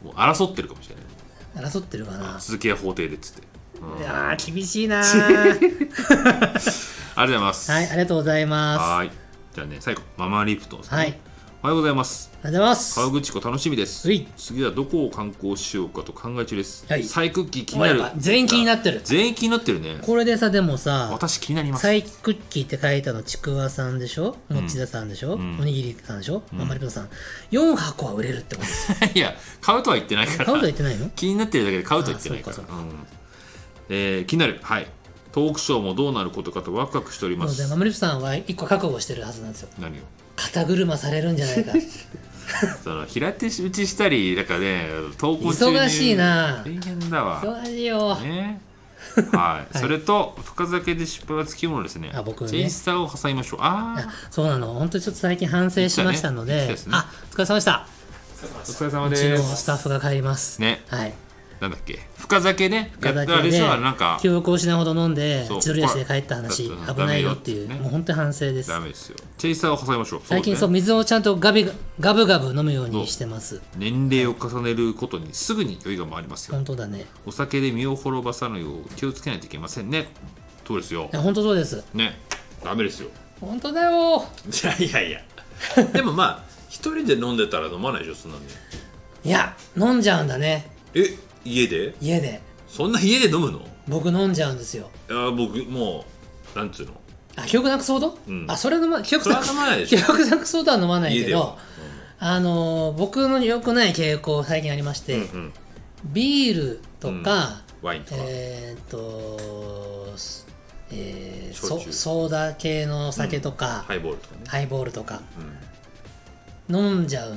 Speaker 2: もう争ってるかもしれない
Speaker 1: 争ってるかな
Speaker 2: 続きは法廷でっつって、うん
Speaker 1: いやー厳しいなー
Speaker 2: ありがとうございます。
Speaker 1: はいありがとうございま
Speaker 2: はーいじゃあね、最後、ママリプト
Speaker 1: す
Speaker 2: さん、
Speaker 1: はいあり
Speaker 2: おはようございます。
Speaker 1: がとうございます
Speaker 2: 川口湖楽しみです
Speaker 1: うい。
Speaker 2: 次はどこを観光しようかと考え中です。
Speaker 1: はい
Speaker 2: サイクッキー気に
Speaker 1: おい
Speaker 2: な
Speaker 1: やっ
Speaker 2: る
Speaker 1: ぱ。全員気になってる
Speaker 2: 全員気になってるね。
Speaker 1: これでさでもさ
Speaker 2: 私気になります。
Speaker 1: サイクッキーって書いたのちくわさんでしょもっちださんでしょ、
Speaker 2: ん
Speaker 1: おにぎりさんでしょ、
Speaker 2: ん
Speaker 1: ママリプトさん4箱は売れるってことですよ
Speaker 2: いや、買うとは言ってない *laughs* から。
Speaker 1: 買うとは言ってないの
Speaker 2: 気になってるだけで買うと言ってないか
Speaker 1: あ
Speaker 2: ら
Speaker 1: そうか
Speaker 2: うんえー気になるはいトークショーもどうなることかとワクワクしており
Speaker 1: な
Speaker 2: ま
Speaker 1: のですママリプトさんは1個覚悟してるはずなんですよ
Speaker 2: 何を
Speaker 1: 肩車されるんじゃないか
Speaker 2: その平手打ちしたりだからね投稿中に
Speaker 1: 忙しいな
Speaker 2: 大変だわ
Speaker 1: 忙しいよ
Speaker 2: ねはい、それと深酒で失敗はつきものですね
Speaker 1: あ僕ね
Speaker 2: チェイスターを挟みましょうあ
Speaker 1: あそうなの本当にちょっと最近反省しましたので
Speaker 2: 言ってたね言っ
Speaker 1: あお疲れ様でした
Speaker 2: あお疲れ様
Speaker 1: う
Speaker 2: で
Speaker 1: ちの
Speaker 2: す
Speaker 1: スタッフが帰ります
Speaker 2: ね
Speaker 1: はい
Speaker 2: なんだっけ深酒ね
Speaker 1: 深
Speaker 2: やっ
Speaker 1: 酒
Speaker 2: たあれで
Speaker 1: で
Speaker 2: しょなんか
Speaker 1: 記憶を失うほど飲んで
Speaker 2: そう
Speaker 1: 千鳥足で帰った話
Speaker 2: ここは
Speaker 1: 危ないよっていう
Speaker 2: ダメよってね
Speaker 1: もう本当に反省です
Speaker 2: ダメですよチェイスターを挟みましょう
Speaker 1: 最近そう
Speaker 2: だね
Speaker 1: 水をちゃんとガビガブガブ飲むようにしてます
Speaker 2: 年齢を重ねることにすぐに酔いが回りますよ
Speaker 1: 本当だねい
Speaker 2: お酒で身を滅ばさぬよう気をつけないといけませんね。そうですよ
Speaker 1: や。本当そうです
Speaker 2: ね。ダメですよ。
Speaker 1: 本当だよ
Speaker 2: い *laughs* やいやい *laughs* や。でもまあ、一人で飲んでたら飲まないでしょ、そんなに。
Speaker 1: いや飲んじゃうんだね
Speaker 2: え、家で
Speaker 1: 家で
Speaker 2: そんな家で飲むの
Speaker 1: 僕飲んじゃうんですよ
Speaker 2: いや、僕、もう、なんつうの。
Speaker 1: あ記憶なくそうど、
Speaker 2: うん
Speaker 1: あそれ飲ま記憶
Speaker 2: それ
Speaker 1: な
Speaker 2: は
Speaker 1: く
Speaker 2: 飲まないで
Speaker 1: *laughs* 記
Speaker 2: し *laughs* ょ。
Speaker 1: 憶なくそうどは飲まない
Speaker 2: 家
Speaker 1: け
Speaker 2: では
Speaker 1: ど。あのー僕の良くない傾向最近ありまし
Speaker 2: う
Speaker 1: て、
Speaker 2: んうん。
Speaker 1: ビールとか、
Speaker 2: ワインとか。
Speaker 1: えーっと、すえー、そ
Speaker 2: 焼酎
Speaker 1: ソーダ系のお酒とか、
Speaker 2: ハイボールとかね。
Speaker 1: ハイボールとか飲んじゃう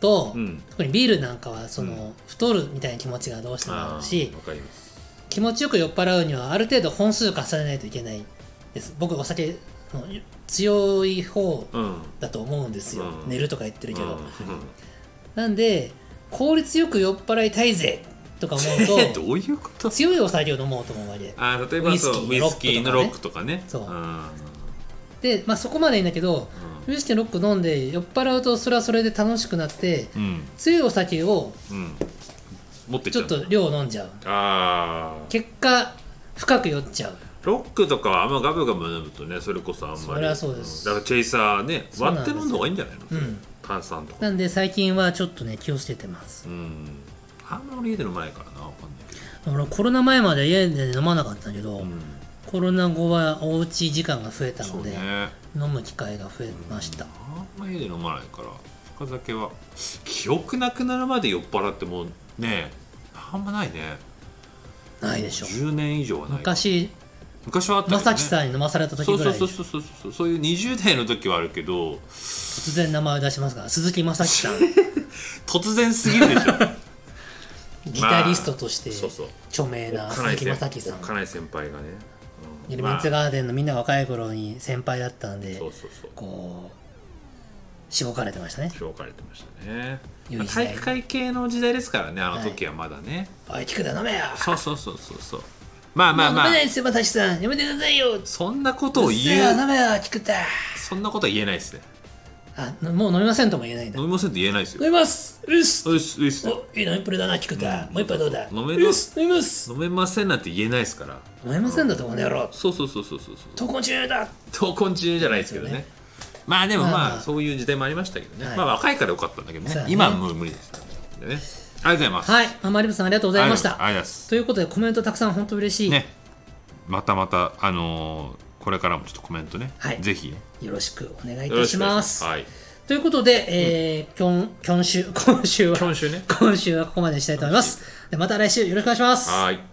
Speaker 1: と、
Speaker 2: うん。うん。
Speaker 1: 特にビールなんかはその、
Speaker 2: う
Speaker 1: 太るみたいな気持ちがどうしてもあるし
Speaker 2: ーわかります。
Speaker 1: 気持ちよく酔っ払うにはある程度本数重ねないといけないです僕お酒の強い方
Speaker 2: うん。うん
Speaker 1: だと思うんですよ、
Speaker 2: うん
Speaker 1: 寝るとか言ってるけど、
Speaker 2: うん
Speaker 1: なんで効率よく酔っ払いたいぜとか思
Speaker 2: え
Speaker 1: う
Speaker 2: *laughs* ど
Speaker 1: と
Speaker 2: ういうこと
Speaker 1: 強いお酒を飲もうと思うわけ
Speaker 2: あー例えばそうウ
Speaker 1: ウ
Speaker 2: イ
Speaker 1: イ
Speaker 2: ス
Speaker 1: ス
Speaker 2: キ
Speaker 1: キ
Speaker 2: ー
Speaker 1: ー
Speaker 2: の
Speaker 1: の
Speaker 2: ロ
Speaker 1: ロ
Speaker 2: ッ
Speaker 1: ッ
Speaker 2: ク
Speaker 1: ク
Speaker 2: とかね。
Speaker 1: そう
Speaker 2: うん
Speaker 1: で、まあ、そこまでいいんだけどウイスキーのロック飲んで酔っ払うとそれはそれで楽しくなって
Speaker 2: うん。うん
Speaker 1: 強いお酒を
Speaker 2: うん、持ってっ
Speaker 1: ちょっと量飲んじゃう
Speaker 2: ああ
Speaker 1: 結果深く酔っちゃう
Speaker 2: ロックとかはあんまガブガブ飲むとねそれこそあんまり
Speaker 1: そりゃそうです
Speaker 2: んだからチェイサーね
Speaker 1: そう
Speaker 2: 割
Speaker 1: な
Speaker 2: っ
Speaker 1: んで
Speaker 2: て
Speaker 1: すよ
Speaker 2: 飲んだ方がいいんじゃないの、
Speaker 1: うん
Speaker 2: 炭酸とか
Speaker 1: なんで最近はちょっとね気をつけてます
Speaker 2: うんあんま俺家で飲まないからなわかんないけ
Speaker 1: 俺コロナ前まで家で飲まなかったけど、
Speaker 2: ど、うん、
Speaker 1: コロナ後はおうち時間が増えた
Speaker 2: そう
Speaker 1: ので、
Speaker 2: ね
Speaker 1: 飲む機会が増えました、
Speaker 2: あんま家で飲まないから深酒は記憶なくなるまで酔っ払ってもうねあんまないね
Speaker 1: ないでしょ
Speaker 2: 10年以上はない
Speaker 1: 昔
Speaker 2: 昔はあったけどね
Speaker 1: 正樹さんに飲まされた時
Speaker 2: そう
Speaker 1: ぐ
Speaker 2: そ
Speaker 1: ら
Speaker 2: う
Speaker 1: い
Speaker 2: そ
Speaker 1: で
Speaker 2: うそうそうそうそういう20代の時はあるけど
Speaker 1: 突然名前を出しますから鈴木正樹さん
Speaker 2: *laughs* 突然すぎるで
Speaker 1: *laughs*
Speaker 2: しょ
Speaker 1: ギタリストとして
Speaker 2: そうそう
Speaker 1: 著名な
Speaker 2: 金
Speaker 1: 鈴
Speaker 2: 井
Speaker 1: 木正樹さん
Speaker 2: 先金井先輩がね、
Speaker 1: イルミッツガーデンのみんなが若い頃に先輩だったんで、
Speaker 2: そうそうそう
Speaker 1: こうしごかれてましたね
Speaker 2: 評価れてましたね
Speaker 1: 有事
Speaker 2: 体
Speaker 1: 代
Speaker 2: 育会系の時代ですからねあの時はまだね、
Speaker 1: おい菊田飲めよ
Speaker 2: そうそうそうそうそうまあまあ
Speaker 1: もう
Speaker 2: まあ
Speaker 1: 飲めないですよ正樹さんやめてくださいよ
Speaker 2: そんなことを
Speaker 1: うっせえわ
Speaker 2: 言う
Speaker 1: 飲めよ菊田
Speaker 2: そんなことは言えないですね
Speaker 1: あのもう飲みませんとも言えないんだ
Speaker 2: 飲
Speaker 1: 飲
Speaker 2: みませんって言えないですよ
Speaker 1: みますうっす
Speaker 2: うっすうっす
Speaker 1: おいい飲みっぷりだな菊田、
Speaker 2: うん
Speaker 1: もう一杯どうだ
Speaker 2: 飲めま
Speaker 1: うっ
Speaker 2: す
Speaker 1: す飲みます
Speaker 2: 飲めませんなんて言えないですから
Speaker 1: 飲めませんだとこの野郎
Speaker 2: そうそうそうそうそうそう
Speaker 1: 闘魂中だ
Speaker 2: 闘魂中じゃないですけどね
Speaker 1: そうね
Speaker 2: まあでもまあ、
Speaker 1: まあまあ
Speaker 2: そういう時代もありましたけどね、
Speaker 1: はい
Speaker 2: まあ若いからよかったんだけどね
Speaker 1: そうだね
Speaker 2: 今はもう無理ですでねありがとうございます、
Speaker 1: はいママリブさんありがとうございました
Speaker 2: ありがとうございます
Speaker 1: ということでコメントたくさん本当嬉しい、
Speaker 2: ね、またまた、あのーこれからもちょっとコメントね、
Speaker 1: はい
Speaker 2: ぜひね、
Speaker 1: よろしくお願いいたします
Speaker 2: よろしくお願いし
Speaker 1: ということで、えー今今週今週は
Speaker 2: ますはい、今週ね、
Speaker 1: 今週はここまでにしたいと思いますでまた来週よろしくお願いします
Speaker 2: はい。